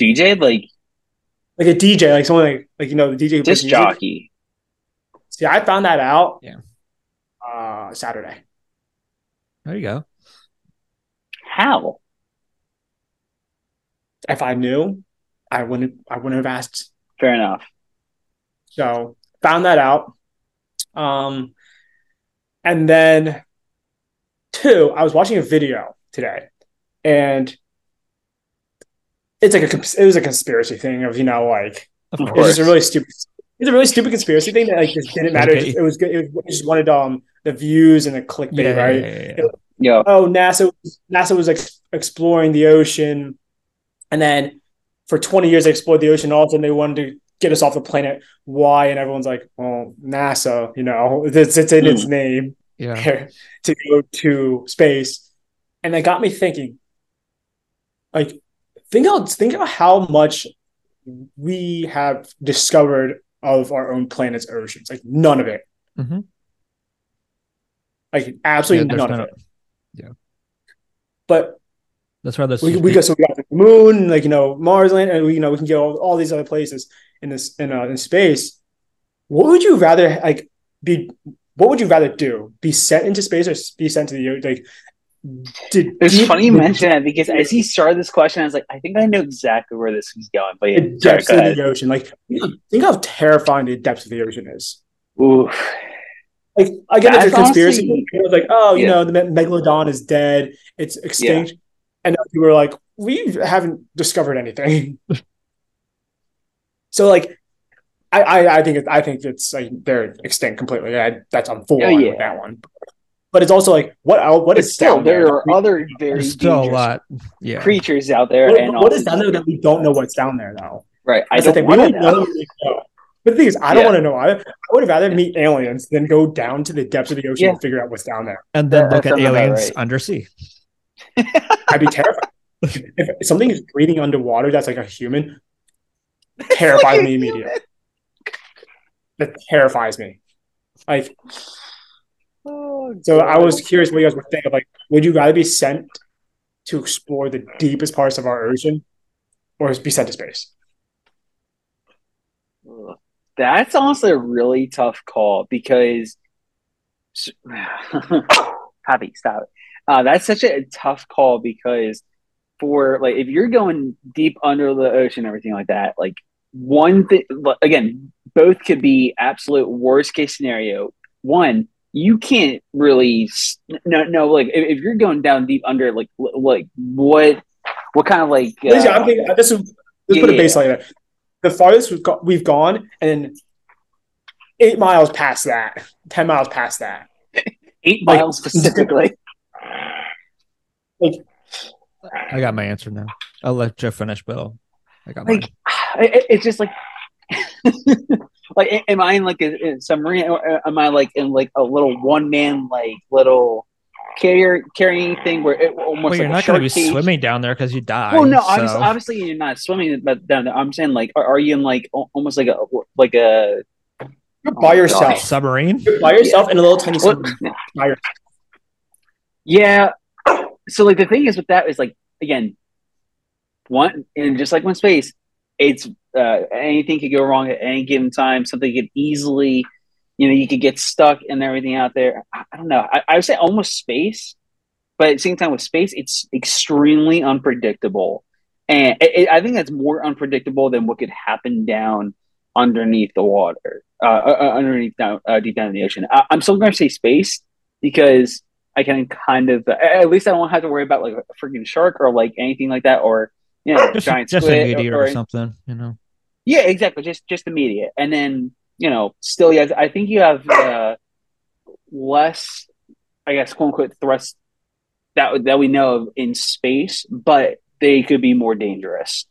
Speaker 3: DJ like
Speaker 2: Like a DJ, like someone like like you know the DJ. who plays
Speaker 3: disc
Speaker 2: music?
Speaker 3: jockey.
Speaker 2: See, I found that out.
Speaker 1: Yeah.
Speaker 2: Uh, Saturday.
Speaker 1: There you go.
Speaker 3: How?
Speaker 2: If I knew, I wouldn't. I wouldn't have asked
Speaker 3: Fair enough.
Speaker 2: So found that out. Um, and then two, I was watching a video today, and it's like a cons- it was a conspiracy thing of you know like
Speaker 1: Of
Speaker 3: Of
Speaker 2: it's
Speaker 1: course.
Speaker 2: just a really stupid it's a really stupid conspiracy thing that like just didn't matter. It, was good. It, was, it just wanted um the views and the clickbait,
Speaker 1: Yeah,
Speaker 2: right?
Speaker 1: yeah, yeah, yeah.
Speaker 3: Yo.
Speaker 2: oh NASA NASA was ex- exploring the ocean, and then for 20 years they explored the ocean. All of a sudden they wanted to get us off the planet. Why? And everyone's like, well, NASA, you know, it's, it's in its name
Speaker 1: Hmm. Yeah.
Speaker 2: to go to space, and that got me thinking. Like, think how think about how much we have discovered of our own planet's oceans. Like none of it.
Speaker 1: Mhm.
Speaker 2: Like
Speaker 1: Yeah,
Speaker 2: absolutely
Speaker 1: there's
Speaker 2: none of
Speaker 1: no-
Speaker 2: it.
Speaker 1: Yeah.
Speaker 2: But
Speaker 1: That's why this.
Speaker 2: we,
Speaker 1: is
Speaker 2: we go so we got the moon, like you know Mars land, and we, you know we can get all, all these other places in this in uh, in space. What would you rather like be? What would you rather do? Be sent into space or be sent to the earth? like? Did,
Speaker 3: It's
Speaker 2: deep-
Speaker 3: funny you mention that because as he started this question, I was like, I think I know exactly where this is going. But yeah,
Speaker 2: the
Speaker 3: sorry,
Speaker 2: depths
Speaker 3: go
Speaker 2: of
Speaker 3: ahead.
Speaker 2: the ocean. Like think how terrifying the depths of the ocean is.
Speaker 3: Oof.
Speaker 2: Like I get it's a
Speaker 3: That's
Speaker 2: conspiracy.
Speaker 3: honestly-
Speaker 2: People are like, oh, you
Speaker 3: Yeah.
Speaker 2: know, the me- megalodon is dead. It's extinct. And then people are like, we haven't discovered anything. so like, I I, I think it, I think it's like they're extinct completely. I, that's I'm full
Speaker 3: Oh,
Speaker 2: on
Speaker 3: yeah.
Speaker 2: with that one. But it's also like, what el- what
Speaker 3: But
Speaker 2: is
Speaker 3: still
Speaker 2: down
Speaker 3: there
Speaker 2: there?
Speaker 3: are other very
Speaker 1: there's still a
Speaker 3: dangerous
Speaker 1: lot. Yeah.
Speaker 3: creatures out there
Speaker 2: What-
Speaker 3: and all-
Speaker 2: what is down there that we don't know what's down there though?
Speaker 3: right. I
Speaker 2: That's the
Speaker 3: don't
Speaker 2: thing. We
Speaker 3: want to
Speaker 2: don't
Speaker 3: know.
Speaker 2: know. But the thing is, I don't
Speaker 3: Yeah.
Speaker 2: want to know. I, I would rather meet aliens than go down to the depths of the ocean and figure out what's down there.
Speaker 1: And then
Speaker 3: That-
Speaker 1: look
Speaker 3: that
Speaker 1: at
Speaker 3: sounds about
Speaker 1: aliens
Speaker 3: right.
Speaker 1: undersea.
Speaker 2: I'd be terrified. if something is breathing underwater that's like a human, terrifies me immediately. That terrifies me. Like,
Speaker 3: Oh,
Speaker 2: so I was curious what you guys would think of like, would you rather be sent to explore the deepest parts of our ocean or be sent to space?
Speaker 3: Ugh. That's honestly a really tough call because s- Javi, stop it. Uh, that's such a tough call because for like if you're going deep under the ocean, and everything like that, like one thing again, both could be absolute worst case scenario. One, you can't really s- no no like if, if you're going down deep under like l- like what what kind of like uh,
Speaker 2: yeah, I'm thinking, this is let's
Speaker 3: yeah,
Speaker 2: put a
Speaker 3: yeah,
Speaker 2: baseline there. The farthest we've, got, we've gone, and eight miles past that, ten miles past that.
Speaker 3: eight
Speaker 2: like-
Speaker 3: miles specifically.
Speaker 1: I got my answer now. I'll let Jeff finish, Bill. I got
Speaker 3: like it, it- it's just like like a- am i in like a, a submarine or uh, am i like in like a little one man like little carrier carrying thing where it
Speaker 1: mine. Well,
Speaker 3: almost like
Speaker 1: you're
Speaker 3: a
Speaker 1: not going to be
Speaker 3: shark cage?
Speaker 1: swimming down there because you die.
Speaker 3: well no
Speaker 1: so-
Speaker 3: obviously, obviously you're not swimming but down there. i'm saying like are, are you in like al- almost like a like a
Speaker 2: You're
Speaker 3: Oh,
Speaker 2: by yourself,
Speaker 1: submarine.
Speaker 2: You're by yourself in a little tiny.
Speaker 3: Well,
Speaker 2: submarine.
Speaker 3: yeah so like the thing is with that is like again one and just like one space it's uh, anything could go wrong at any given time something could easily you know you could get stuck and everything out there i, I don't know I, I would say almost space but at the same time with space it's extremely unpredictable and it, it- i think that's more unpredictable than what could happen down underneath the water uh, uh, uh, underneath down uh, deep down in the ocean I, i'm still going to say space because I can kind of at least I don't have to worry about like a freaking shark or like anything like that or you know
Speaker 1: Just,
Speaker 3: giant
Speaker 1: just a
Speaker 3: squid
Speaker 1: meteor
Speaker 3: or,
Speaker 1: or
Speaker 3: or
Speaker 1: something, you know.
Speaker 3: yeah exactly just just the media and then you know still yes I think you have uh, less I guess quote unquote threats that that we know of in space but they could be more dangerous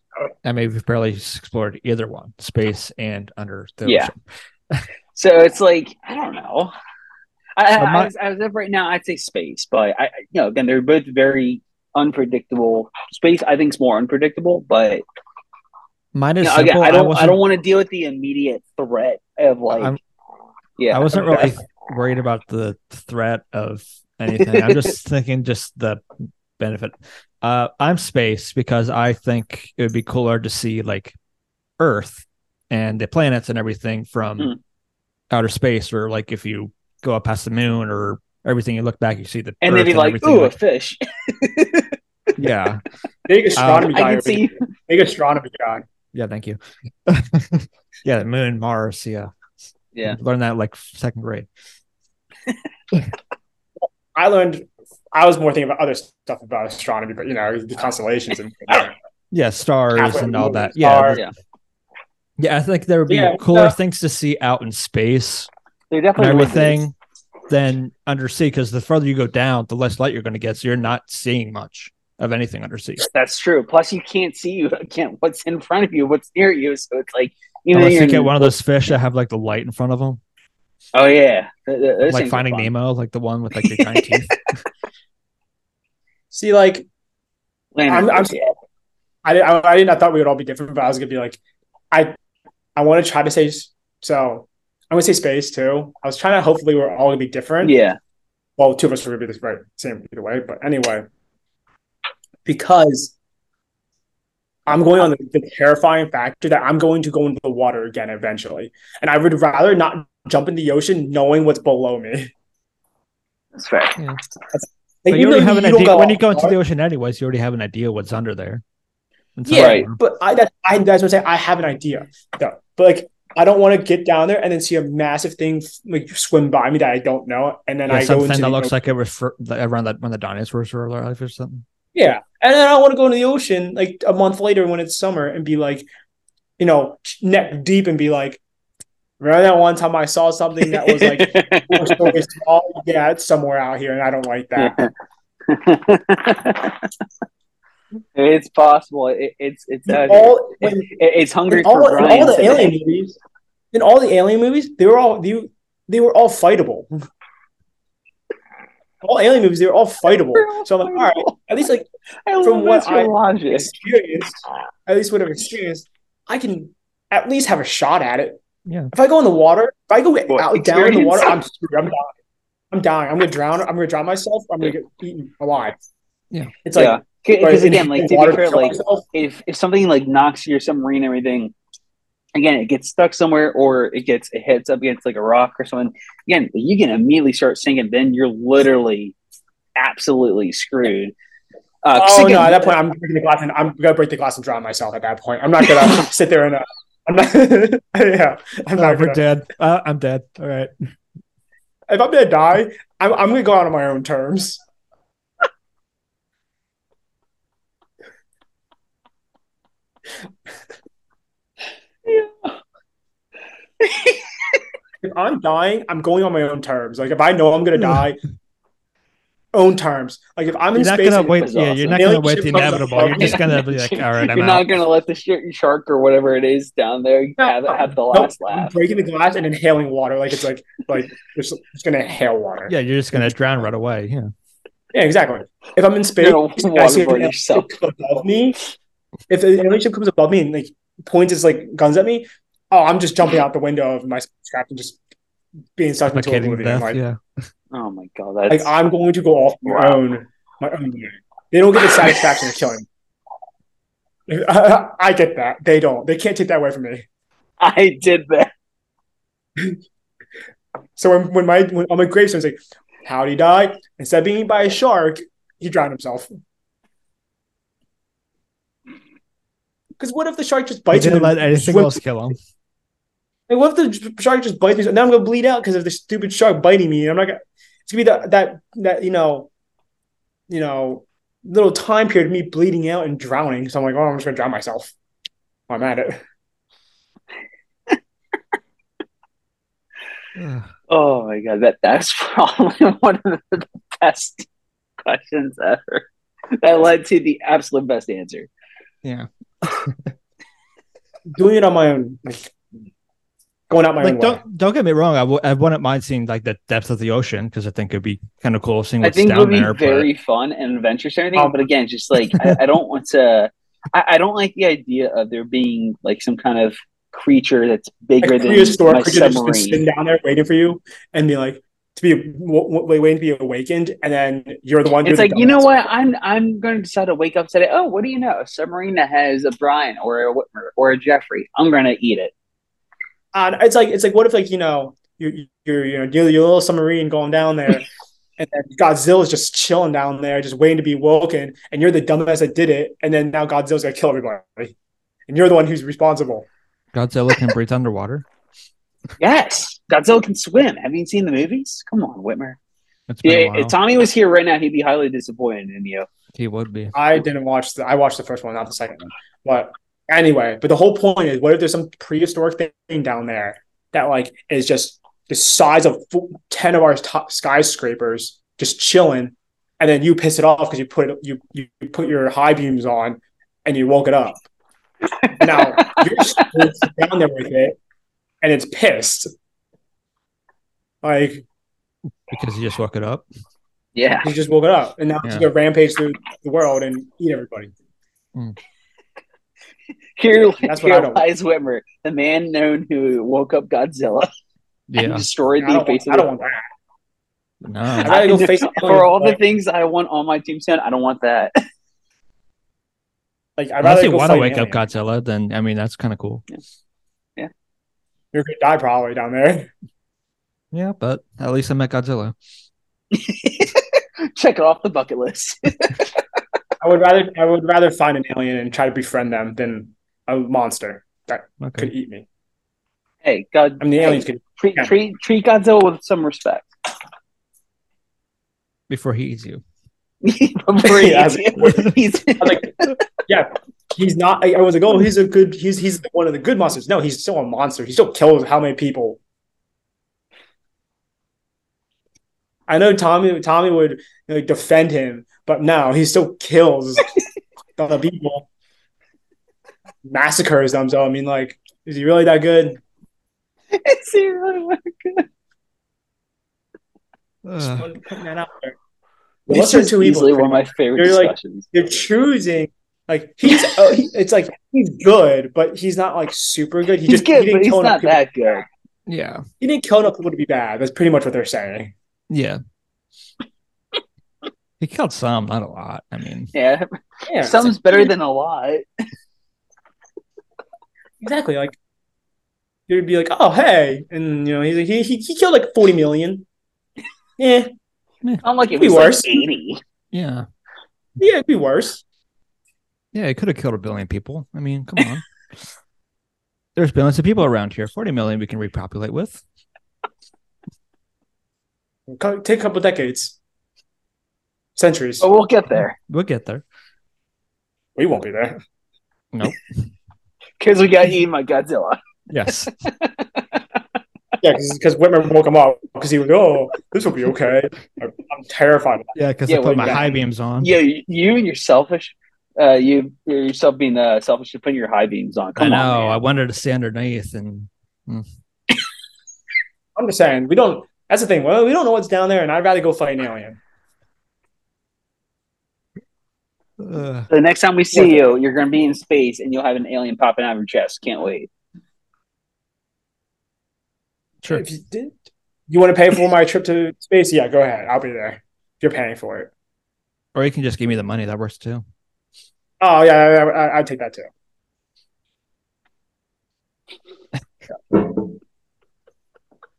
Speaker 1: I mean, we've barely explored either one, space and under the
Speaker 3: Yeah.
Speaker 1: ocean.
Speaker 3: so it's like I don't know I,
Speaker 1: So my-
Speaker 3: I, as, as of right now I'd say space but I I- you know again they're both very unpredictable space I think is more unpredictable but
Speaker 1: Mine is
Speaker 3: No,
Speaker 1: simple.
Speaker 3: again, I don't. I,
Speaker 1: wasn't-
Speaker 3: don't want to deal with the immediate threat of like.
Speaker 1: I'm-
Speaker 3: yeah,
Speaker 1: I wasn't really worried about the threat of anything. I'm just thinking just the benefit. Uh, I'm space because I think it would be cooler to see like Earth and the planets and everything from
Speaker 3: Hmm.
Speaker 1: outer space, or like if you go up past the moon or everything, you look back, you see the
Speaker 3: And
Speaker 1: Earth
Speaker 3: they'd be like,
Speaker 1: everything,
Speaker 3: "Ooh,
Speaker 1: like-
Speaker 3: a fish."
Speaker 1: yeah,
Speaker 2: Big astronomy
Speaker 3: Um, I
Speaker 2: guy.
Speaker 3: can
Speaker 2: over
Speaker 3: see.
Speaker 2: here. Big astronomy guy.
Speaker 1: yeah, thank you. yeah, the moon, Mars, yeah,
Speaker 3: Yeah.
Speaker 1: learn that like second grade.
Speaker 2: I learned. I was more thinking about other stuff about astronomy, but you know the constellations and
Speaker 1: Yeah, stars
Speaker 2: Halfway
Speaker 1: and all that.
Speaker 2: moon,
Speaker 1: Yeah,
Speaker 2: stars.
Speaker 3: Yeah.
Speaker 1: yeah, I think there would be
Speaker 2: Yeah,
Speaker 1: cooler
Speaker 2: uh,
Speaker 1: things to see out in space
Speaker 3: They're
Speaker 1: and
Speaker 3: definitely
Speaker 1: everything than undersea because the further you go down, the less light you're going to get. So you're not seeing much of anything undersea.
Speaker 3: That's true. Plus, you can't see you can't what's in front of you, what's near you. So it's like you know.
Speaker 1: Unless
Speaker 3: You're
Speaker 1: you get
Speaker 3: in-
Speaker 1: one of those fish that have like the light in front of them,
Speaker 3: Oh yeah, Th- th- those
Speaker 1: like
Speaker 3: things are
Speaker 1: Finding
Speaker 3: fun.
Speaker 1: Nemo, like the one with like the giant teeth.
Speaker 2: See, like
Speaker 3: Land
Speaker 2: I'm- I'm-
Speaker 3: animals,
Speaker 2: I didn't. I, I didn't. I thought we would all be different, but I was gonna be like, I, I want to try to say s- so. I'm gonna say space too. I was trying to. Hopefully, we're all gonna be different.
Speaker 3: yeah. yeah.
Speaker 2: Well, two of us are gonna be the right same either way. But anyway, because I'm going on the, the terrifying factor that I'm going to go into the water again eventually, and I would rather not jump in the ocean knowing what's below me.
Speaker 3: That's fair.
Speaker 1: but you
Speaker 2: even
Speaker 1: already
Speaker 2: though
Speaker 1: have an
Speaker 2: don't
Speaker 1: idea
Speaker 2: go
Speaker 1: when
Speaker 2: out
Speaker 1: you go into
Speaker 2: far-
Speaker 1: the ocean, anyways. You already have an idea what's under there. And so-
Speaker 2: Yeah,
Speaker 3: Right.
Speaker 2: but I that I that's what I'm saying. I have an idea though, but like I don't want to get down there and then see a massive thing like swim by me that I don't know, and then
Speaker 1: yeah,
Speaker 2: I go
Speaker 1: something
Speaker 2: into
Speaker 1: that
Speaker 2: the
Speaker 1: looks
Speaker 2: ocean.
Speaker 1: like it was fir- like, around that when the dinosaurs were alive or something.
Speaker 2: yeah, and then I want to go into the ocean like a month later when it's summer and be like, you know, neck deep and be like, remember that one time I saw something that was like four stories small? Yeah, it's somewhere out here, and I don't like that.
Speaker 3: it's possible. It, it's it's out here.
Speaker 2: All
Speaker 3: it,
Speaker 2: when
Speaker 3: it's hungry
Speaker 2: in all,
Speaker 3: for
Speaker 2: in
Speaker 3: Brian.
Speaker 2: all the
Speaker 3: today.
Speaker 2: alien movies, in all the alien movies, they were all they, they were all fightable. all alien movies, they were all fightable.
Speaker 3: They're all
Speaker 2: so I'm like, all right,
Speaker 3: fightable.
Speaker 2: at least like
Speaker 3: I love
Speaker 2: From what
Speaker 3: that's your
Speaker 2: I-
Speaker 3: logic.
Speaker 2: experienced, at least what I've experienced, I can at least have a shot at it.
Speaker 1: Yeah.
Speaker 2: If I go in the water, if I go
Speaker 3: Boy,
Speaker 2: out down in the water, I'm
Speaker 3: experience.
Speaker 2: screwed. I'm dying. I'm dying. I'm gonna drown. I'm gonna drown myself. Or I'm gonna get eaten alive.
Speaker 1: Yeah.
Speaker 2: It's like
Speaker 3: yeah, because
Speaker 2: in
Speaker 3: again, like
Speaker 2: the
Speaker 3: to be
Speaker 2: water,
Speaker 3: fair,
Speaker 2: kill
Speaker 3: like
Speaker 2: myself.
Speaker 3: if if something like knocks your submarine and everything, again, it gets stuck somewhere or it gets it hits up against like a rock or something. Again, you can immediately start sinking. Then you're literally absolutely screwed.
Speaker 2: Oh
Speaker 3: Uh, 'cause
Speaker 2: no!
Speaker 3: again-
Speaker 2: At that point, I'm breaking the glass and I'm gonna break the glass and drown myself. At that point, I'm not gonna sit there and uh, I'm not. yeah, I'm
Speaker 1: Oh,
Speaker 2: not
Speaker 1: we're
Speaker 2: gonna.
Speaker 1: dead. Uh, I'm dead. All right.
Speaker 2: If I'm gonna die, I'm, I'm gonna go out on my own terms. If I'm dying, I'm going on my own terms. Like if I know I'm gonna
Speaker 1: Hmm.
Speaker 2: die, own terms. Like if I'm in
Speaker 1: You're not
Speaker 2: space,
Speaker 1: gonna
Speaker 2: and-
Speaker 1: wait.
Speaker 3: was
Speaker 1: Yeah,
Speaker 3: awesome.
Speaker 1: you're not
Speaker 2: Alien
Speaker 1: gonna wait
Speaker 2: ship
Speaker 1: the
Speaker 2: comes up
Speaker 1: inevitable.
Speaker 2: above
Speaker 1: You're just gonna be like, all right, I'm
Speaker 3: You're
Speaker 1: out.
Speaker 3: not gonna let the sh- shark or whatever it is down there have, have the
Speaker 2: No,
Speaker 3: last
Speaker 2: I'm
Speaker 3: laugh.
Speaker 2: breaking the glass and inhaling water. Like it's like like it's just gonna inhale water.
Speaker 1: Yeah, you're just gonna
Speaker 2: Mm-hmm.
Speaker 1: drown right away. Yeah.
Speaker 2: Yeah, exactly. If I'm in space,
Speaker 3: You're gonna
Speaker 2: and I see an
Speaker 3: waterboard
Speaker 2: alien
Speaker 3: yourself.
Speaker 2: ship above me. If an alien ship comes above me and like points its like guns at me, oh, I'm just jumping out the window of my spacecraft and just being sucked into
Speaker 1: Suffocating
Speaker 2: oblivion.
Speaker 1: death.
Speaker 2: Like,
Speaker 1: Yeah.
Speaker 3: Oh my god,
Speaker 2: like
Speaker 3: that's
Speaker 2: I'm going to go off my
Speaker 3: Wow.
Speaker 2: own my own way. They don't get the satisfaction of killing. I, I get that. They don't. They can't take that away from me.
Speaker 3: I did that.
Speaker 2: So when, when my when on my gravestone, it's like, how'd he die? Instead of being eaten by a shark, he drowned himself. Because what if the shark just
Speaker 1: He
Speaker 2: bites me?
Speaker 1: didn't let anything
Speaker 2: swim-
Speaker 1: else kill him.
Speaker 2: Like, what if the shark just bites me? Now I'm gonna bleed out because of the stupid shark biting me. I'm not gonna. It's gonna be that that that you know, you know, little time period of me bleeding out and drowning. So I'm like, oh, I'm just gonna drown myself. while I'm at it.
Speaker 1: Ugh.
Speaker 3: Oh my god, that that's probably one of the best questions ever. That led to the absolute best answer.
Speaker 2: Doing it on my own, like going out my
Speaker 1: like
Speaker 2: own way.
Speaker 1: don't don't get me wrong. I w- I wouldn't mind seeing like the depth of the ocean because I think it'd be kind of cool seeing
Speaker 3: I
Speaker 1: what's
Speaker 3: think it would
Speaker 1: down
Speaker 3: be
Speaker 1: there.
Speaker 3: very fun and adventurous and everything.
Speaker 2: Um,
Speaker 3: but again, just like I, I don't want to. I, I don't like the idea of there being like some kind of creature that's bigger
Speaker 2: Like,
Speaker 3: than
Speaker 2: Korea's store
Speaker 3: my
Speaker 2: creature that's just been
Speaker 3: submarine.
Speaker 2: sitting down there waiting for you and be like to be w- w- waiting to be awakened, and then you're the one.
Speaker 3: It's
Speaker 2: doing
Speaker 3: like
Speaker 2: the
Speaker 3: you know
Speaker 2: dumbass.
Speaker 3: what? I'm I'm going to decide to wake up today. Oh, what do you know? A submarine that has a Brian or a Whitmer or a Jeffrey. I'm going to eat it.
Speaker 2: And it's like it's like what if like you know you're you're you know you're your little submarine going down there, and then Godzilla's just chilling down there, just waiting to be woken, and you're the dumbass that did it, and then now Godzilla's gonna kill everybody, and you're the one who's responsible.
Speaker 1: But Godzilla can breathe underwater.
Speaker 3: Yes, Godzilla can swim. Have you seen the movies? Come on, Whitmer.
Speaker 1: It's been a
Speaker 3: Yeah,
Speaker 1: while.
Speaker 3: if Tommy was here right now, he'd be highly disappointed in you.
Speaker 1: he would be.
Speaker 2: I didn't watch the I watched the first one, not the second one, but anyway. But the whole point is, what if there's some prehistoric thing down there that like is just the size of f- ten of our top skyscrapers just chilling, and then you piss it off because you put it, you you you put your high beams on and you woke it up. Now you're just down there with it, and it's pissed. Like
Speaker 1: Because he just woke it up.
Speaker 3: Yeah,
Speaker 2: you just woke it up, and now it's
Speaker 1: Yeah.
Speaker 2: gonna rampage through the world and eat everybody.
Speaker 3: here,
Speaker 2: That's what I
Speaker 3: here
Speaker 2: don't-
Speaker 3: lies Whitmer, the man known who woke up Godzilla and
Speaker 1: Yeah.
Speaker 3: destroyed the
Speaker 2: I don't want-
Speaker 3: face of
Speaker 2: I
Speaker 3: the
Speaker 2: don't want that. I'd
Speaker 1: No.
Speaker 2: rather go
Speaker 3: I know.
Speaker 2: face
Speaker 3: for all the
Speaker 2: like,
Speaker 3: things I want on my tombstone, I don't want that.
Speaker 2: like I'd
Speaker 1: Unless
Speaker 2: rather
Speaker 1: you
Speaker 2: go
Speaker 1: want to
Speaker 2: fight
Speaker 1: wake up
Speaker 2: alien.
Speaker 1: Godzilla, then I mean that's kind of cool.
Speaker 2: You're gonna die probably down there.
Speaker 1: Yeah, but at least I met Godzilla.
Speaker 3: Check it off the bucket list.
Speaker 2: I would rather I would rather find an alien and try to befriend them than a monster that could
Speaker 1: Okay.
Speaker 2: eat me.
Speaker 3: hey, God,
Speaker 2: I mean the
Speaker 3: hey,
Speaker 2: aliens could
Speaker 3: treat,
Speaker 2: yeah.
Speaker 3: treat treat Godzilla with some respect.
Speaker 1: Before he eats you.
Speaker 3: Before he
Speaker 2: Yeah,
Speaker 3: eats you. He's-
Speaker 2: I was like yeah. He's not I, I was like, oh he's a good he's he's one of the good monsters. No, he's still a monster. He still kills how many people. I know Tommy Tommy would like, defend him, but no, he still kills other people. Massacres them, so I mean like, is he really that good?
Speaker 3: Is he really-
Speaker 2: Just
Speaker 1: Ugh.
Speaker 2: wanted to put that out there.
Speaker 3: This
Speaker 2: What's your
Speaker 3: is
Speaker 2: two evils?
Speaker 3: easily one of my
Speaker 2: Like,
Speaker 3: favorite
Speaker 2: You're like-
Speaker 3: discussions.
Speaker 2: you're choosing like he's oh, he, it's like he's good, but he's not like super good. He
Speaker 3: he's
Speaker 2: just he
Speaker 3: good,
Speaker 2: didn't
Speaker 3: but he's
Speaker 2: kill enough
Speaker 3: not
Speaker 2: people.
Speaker 3: that good.
Speaker 1: yeah.
Speaker 2: He didn't kill enough people to be bad. That's pretty much what they're saying.
Speaker 1: Yeah. he killed some, not a lot. I mean,
Speaker 3: Yeah,
Speaker 2: Yeah,
Speaker 3: some's better than a lot.
Speaker 2: exactly like you'd be like, oh hey, and you know he's like, he, he he killed like forty million. Yeah,
Speaker 3: Not like it
Speaker 2: Be
Speaker 3: was like,
Speaker 2: worse.
Speaker 3: 80.
Speaker 1: Yeah.
Speaker 2: Yeah, it'd be worse.
Speaker 1: Yeah, it could have killed a billion people. I mean, come on. There's billions of people around here. 40 million we can repopulate with.
Speaker 2: Co- Take a couple decades, centuries.
Speaker 3: But we'll get there.
Speaker 1: We'll get there.
Speaker 2: We won't be there.
Speaker 3: Because we got eaten by Godzilla.
Speaker 1: Yes.
Speaker 2: Yeah, because Whitmer woke him up because he was like, "Oh, this will be okay." I- I'm terrified.
Speaker 1: yeah, because
Speaker 3: Yeah,
Speaker 1: I
Speaker 3: well,
Speaker 1: put my
Speaker 3: yeah.
Speaker 1: high beams on.
Speaker 3: Yeah, you, you and your selfish. Uh, you yourself being uh, selfish and putting your high beams on.
Speaker 1: I
Speaker 3: Come
Speaker 1: know.
Speaker 3: on,
Speaker 1: I
Speaker 3: man.
Speaker 1: wanted to stay underneath and
Speaker 2: I'm just saying we don't. That's the thing. Well, we don't know what's down there, and I'd rather go fight an alien.
Speaker 1: uh,
Speaker 3: The next time we see you, you're going to be in space and you'll have an alien popping out of your chest. Can't wait.
Speaker 1: sure.
Speaker 2: If you did, you want to pay for my trip to space? Yeah, go ahead. I'll be there. You're paying for it.
Speaker 1: Or you can just give me the money. That works too.
Speaker 2: Oh yeah, I, I, I'd take that too.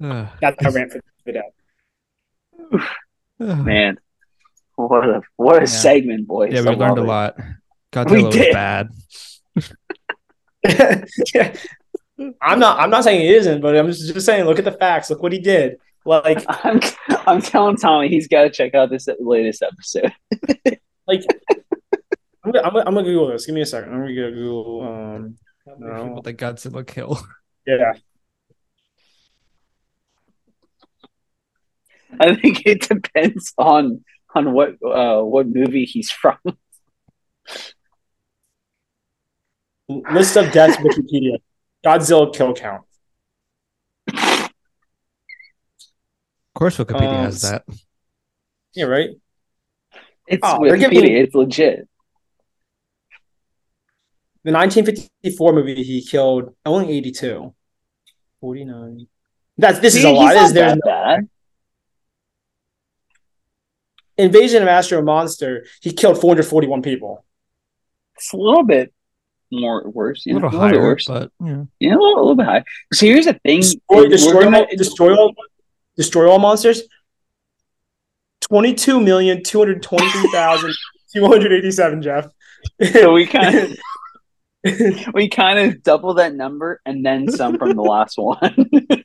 Speaker 1: Uh,
Speaker 2: That's my rant for the day.
Speaker 1: uh.
Speaker 3: Man, what a what a
Speaker 1: Yeah.
Speaker 3: segment, boys.
Speaker 1: yeah, we
Speaker 3: I love
Speaker 1: learned a
Speaker 3: it.
Speaker 1: lot. Godzilla
Speaker 3: We
Speaker 1: was
Speaker 3: did.
Speaker 1: bad.
Speaker 2: yeah. I'm not. I'm not saying it isn't, but I'm just, just saying. Look at the facts. Look what he did. Like,
Speaker 3: I'm, I'm telling Tommy he's got to check out this latest episode.
Speaker 2: I'm gonna, I'm, gonna, I'm gonna Google this. Give me a second. I'm gonna Google. Um,
Speaker 1: How
Speaker 2: many No. people
Speaker 1: that Godzilla kill?
Speaker 2: yeah.
Speaker 3: I think it depends on on what uh, what movie he's from.
Speaker 2: List of deaths. Wikipedia. Godzilla kill count.
Speaker 1: Of course, Wikipedia
Speaker 3: Uh,
Speaker 2: Um,
Speaker 1: has that.
Speaker 2: Yeah. Right.
Speaker 3: It's
Speaker 2: Oh, they're
Speaker 3: Wikipedia.
Speaker 2: giving-
Speaker 3: It's legit.
Speaker 2: The 1954 movie. He killed only 82. 49. That's this is a
Speaker 3: Dude, he's
Speaker 2: lot. This,
Speaker 3: not
Speaker 2: there's
Speaker 3: that bad.
Speaker 2: invasion of Astro Monster. He killed 441 people.
Speaker 3: It's a little bit more worse.
Speaker 1: a
Speaker 3: You know,
Speaker 1: little
Speaker 3: a little bit
Speaker 1: higher,
Speaker 3: worse.
Speaker 1: but yeah.
Speaker 3: Yeah, a little, a little bit high. So here's the thing:
Speaker 2: Destroy,
Speaker 3: We're
Speaker 2: destroy,
Speaker 3: gonna-
Speaker 2: all, destroy all. Destroy all monsters. Twenty-two million two hundred twenty-three thousand two hundred eighty-seven. Jeff.
Speaker 3: so we kind of we kind of double that number and then some from the last one.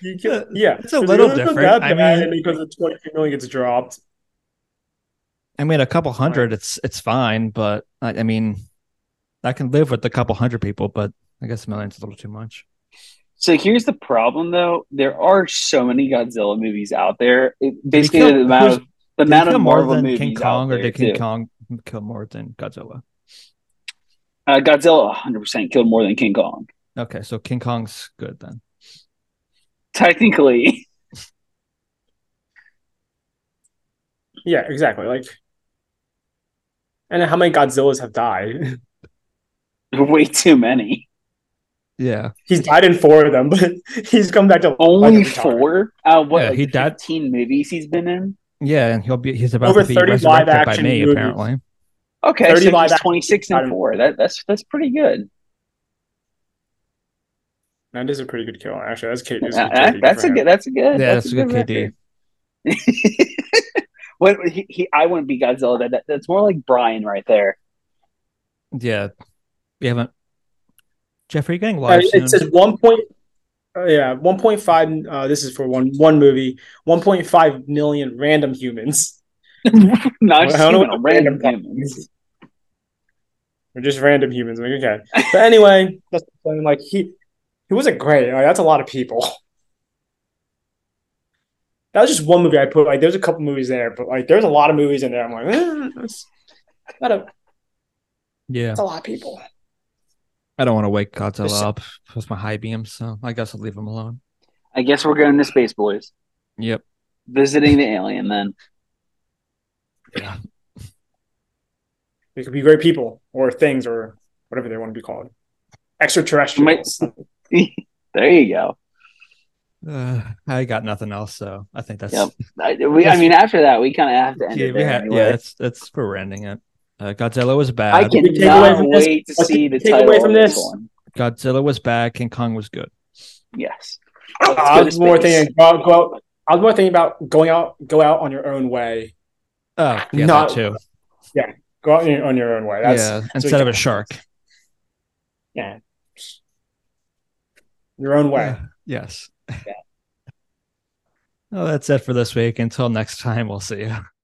Speaker 2: You can, yeah,
Speaker 1: it's a little
Speaker 2: It's not
Speaker 1: different.
Speaker 2: that
Speaker 1: I
Speaker 2: bad
Speaker 1: mean-
Speaker 2: because the twenty million gets dropped.
Speaker 1: I mean, a couple hundred, it's it's fine, but I, I mean, I can live with a couple hundred people, but I guess a million's a little too much.
Speaker 3: so here's the problem, though: there are so many Godzilla movies out there. It,
Speaker 1: he
Speaker 3: basically,
Speaker 1: kill-
Speaker 3: the amount
Speaker 1: who's-
Speaker 3: of the
Speaker 1: Did he
Speaker 3: amount
Speaker 1: kill
Speaker 3: of
Speaker 1: more
Speaker 3: Marvel
Speaker 1: than
Speaker 3: movies
Speaker 1: King
Speaker 3: out
Speaker 1: Kong, or
Speaker 3: there,
Speaker 1: did King
Speaker 3: too.
Speaker 1: Kong kill more than Godzilla?
Speaker 3: Uh, Godzilla 100 percent killed more than King Kong.
Speaker 1: Okay, so King Kong's good then.
Speaker 3: Technically,
Speaker 2: Yeah, exactly. Like, and how many Godzillas have died?
Speaker 3: way too many.
Speaker 1: Yeah,
Speaker 2: He's died in four of them, but he's come back to life
Speaker 3: Only
Speaker 2: every time.
Speaker 3: four. Uh, what?
Speaker 1: Yeah,
Speaker 3: like
Speaker 1: he died-
Speaker 3: 15 movies he's been in.
Speaker 1: yeah, and he'll be he's about
Speaker 2: Over
Speaker 1: to be
Speaker 2: 30 live
Speaker 1: resurrected by
Speaker 2: action
Speaker 1: me
Speaker 2: movies.
Speaker 1: apparently.
Speaker 3: Okay,
Speaker 2: 30
Speaker 3: so
Speaker 2: live
Speaker 3: he's
Speaker 2: action
Speaker 3: 26
Speaker 2: out
Speaker 3: and
Speaker 2: of-
Speaker 3: four. That, that's that's pretty good.
Speaker 2: That is a pretty good kill, actually. That's Kate.
Speaker 3: Uh, that- that's a good. That's a good.
Speaker 1: Yeah, that's a good KD.
Speaker 3: record. What he, he I wouldn't be Godzilla. That, that that's more like Brian right there.
Speaker 1: Yeah, we haven't. Jeff, are you getting
Speaker 2: Uh,
Speaker 1: live soon?
Speaker 2: it says one point. Uh, yeah, one point five. Uh, this is for one one movie. One point five million random humans.
Speaker 3: Not just
Speaker 2: I don't know
Speaker 3: human,
Speaker 2: what
Speaker 3: random
Speaker 2: random
Speaker 3: humans.
Speaker 2: They're just random humans. Like, okay, but anyway, that's the thing, like he he wasn't great. Like, that's a lot of people. That was just one movie I put. Like, there's a couple movies there, but like, there's a lot of movies in there. I'm like, eh, that's, that a,
Speaker 1: yeah,
Speaker 2: that's a lot of people.
Speaker 1: I don't want to wake Godzilla
Speaker 2: There's-
Speaker 1: up with my high beams, so I guess I'll leave him alone.
Speaker 3: I guess we're going to space, boys.
Speaker 1: Yep.
Speaker 3: Visiting the alien. Then
Speaker 2: They could be great people or things or whatever they want to be called. Extraterrestrials.
Speaker 3: there you go.
Speaker 1: Uh, I got nothing else, so I think that's
Speaker 3: Yep. I, we, I mean, after that, we kind of have to end
Speaker 1: yeah,
Speaker 3: it
Speaker 1: we
Speaker 3: there
Speaker 1: had,
Speaker 3: anyway.
Speaker 1: yeah, that's that's where we're ending it. Uh, Godzilla was bad.
Speaker 3: I
Speaker 2: we take away
Speaker 3: cannot
Speaker 2: from this-
Speaker 3: wait to
Speaker 2: what
Speaker 3: see
Speaker 2: can
Speaker 3: the
Speaker 2: we take
Speaker 3: title
Speaker 2: away from
Speaker 3: of this
Speaker 2: this?
Speaker 3: one.
Speaker 1: Godzilla was bad. King Kong was good.
Speaker 3: Yes.
Speaker 2: Ah,
Speaker 3: Let's go to
Speaker 2: more
Speaker 3: space.
Speaker 2: thing. Go, go, I was more thinking about going out, go out on your own way.
Speaker 1: Oh, yeah,
Speaker 2: Not-
Speaker 1: that too.
Speaker 2: Go out on your, on your own way. That's
Speaker 1: yeah,
Speaker 2: we
Speaker 1: instead of
Speaker 2: can-
Speaker 1: a shark.
Speaker 2: yeah. Your own way.
Speaker 1: Yeah. Yes. Well, that's it for this week. Until next time, we'll see you.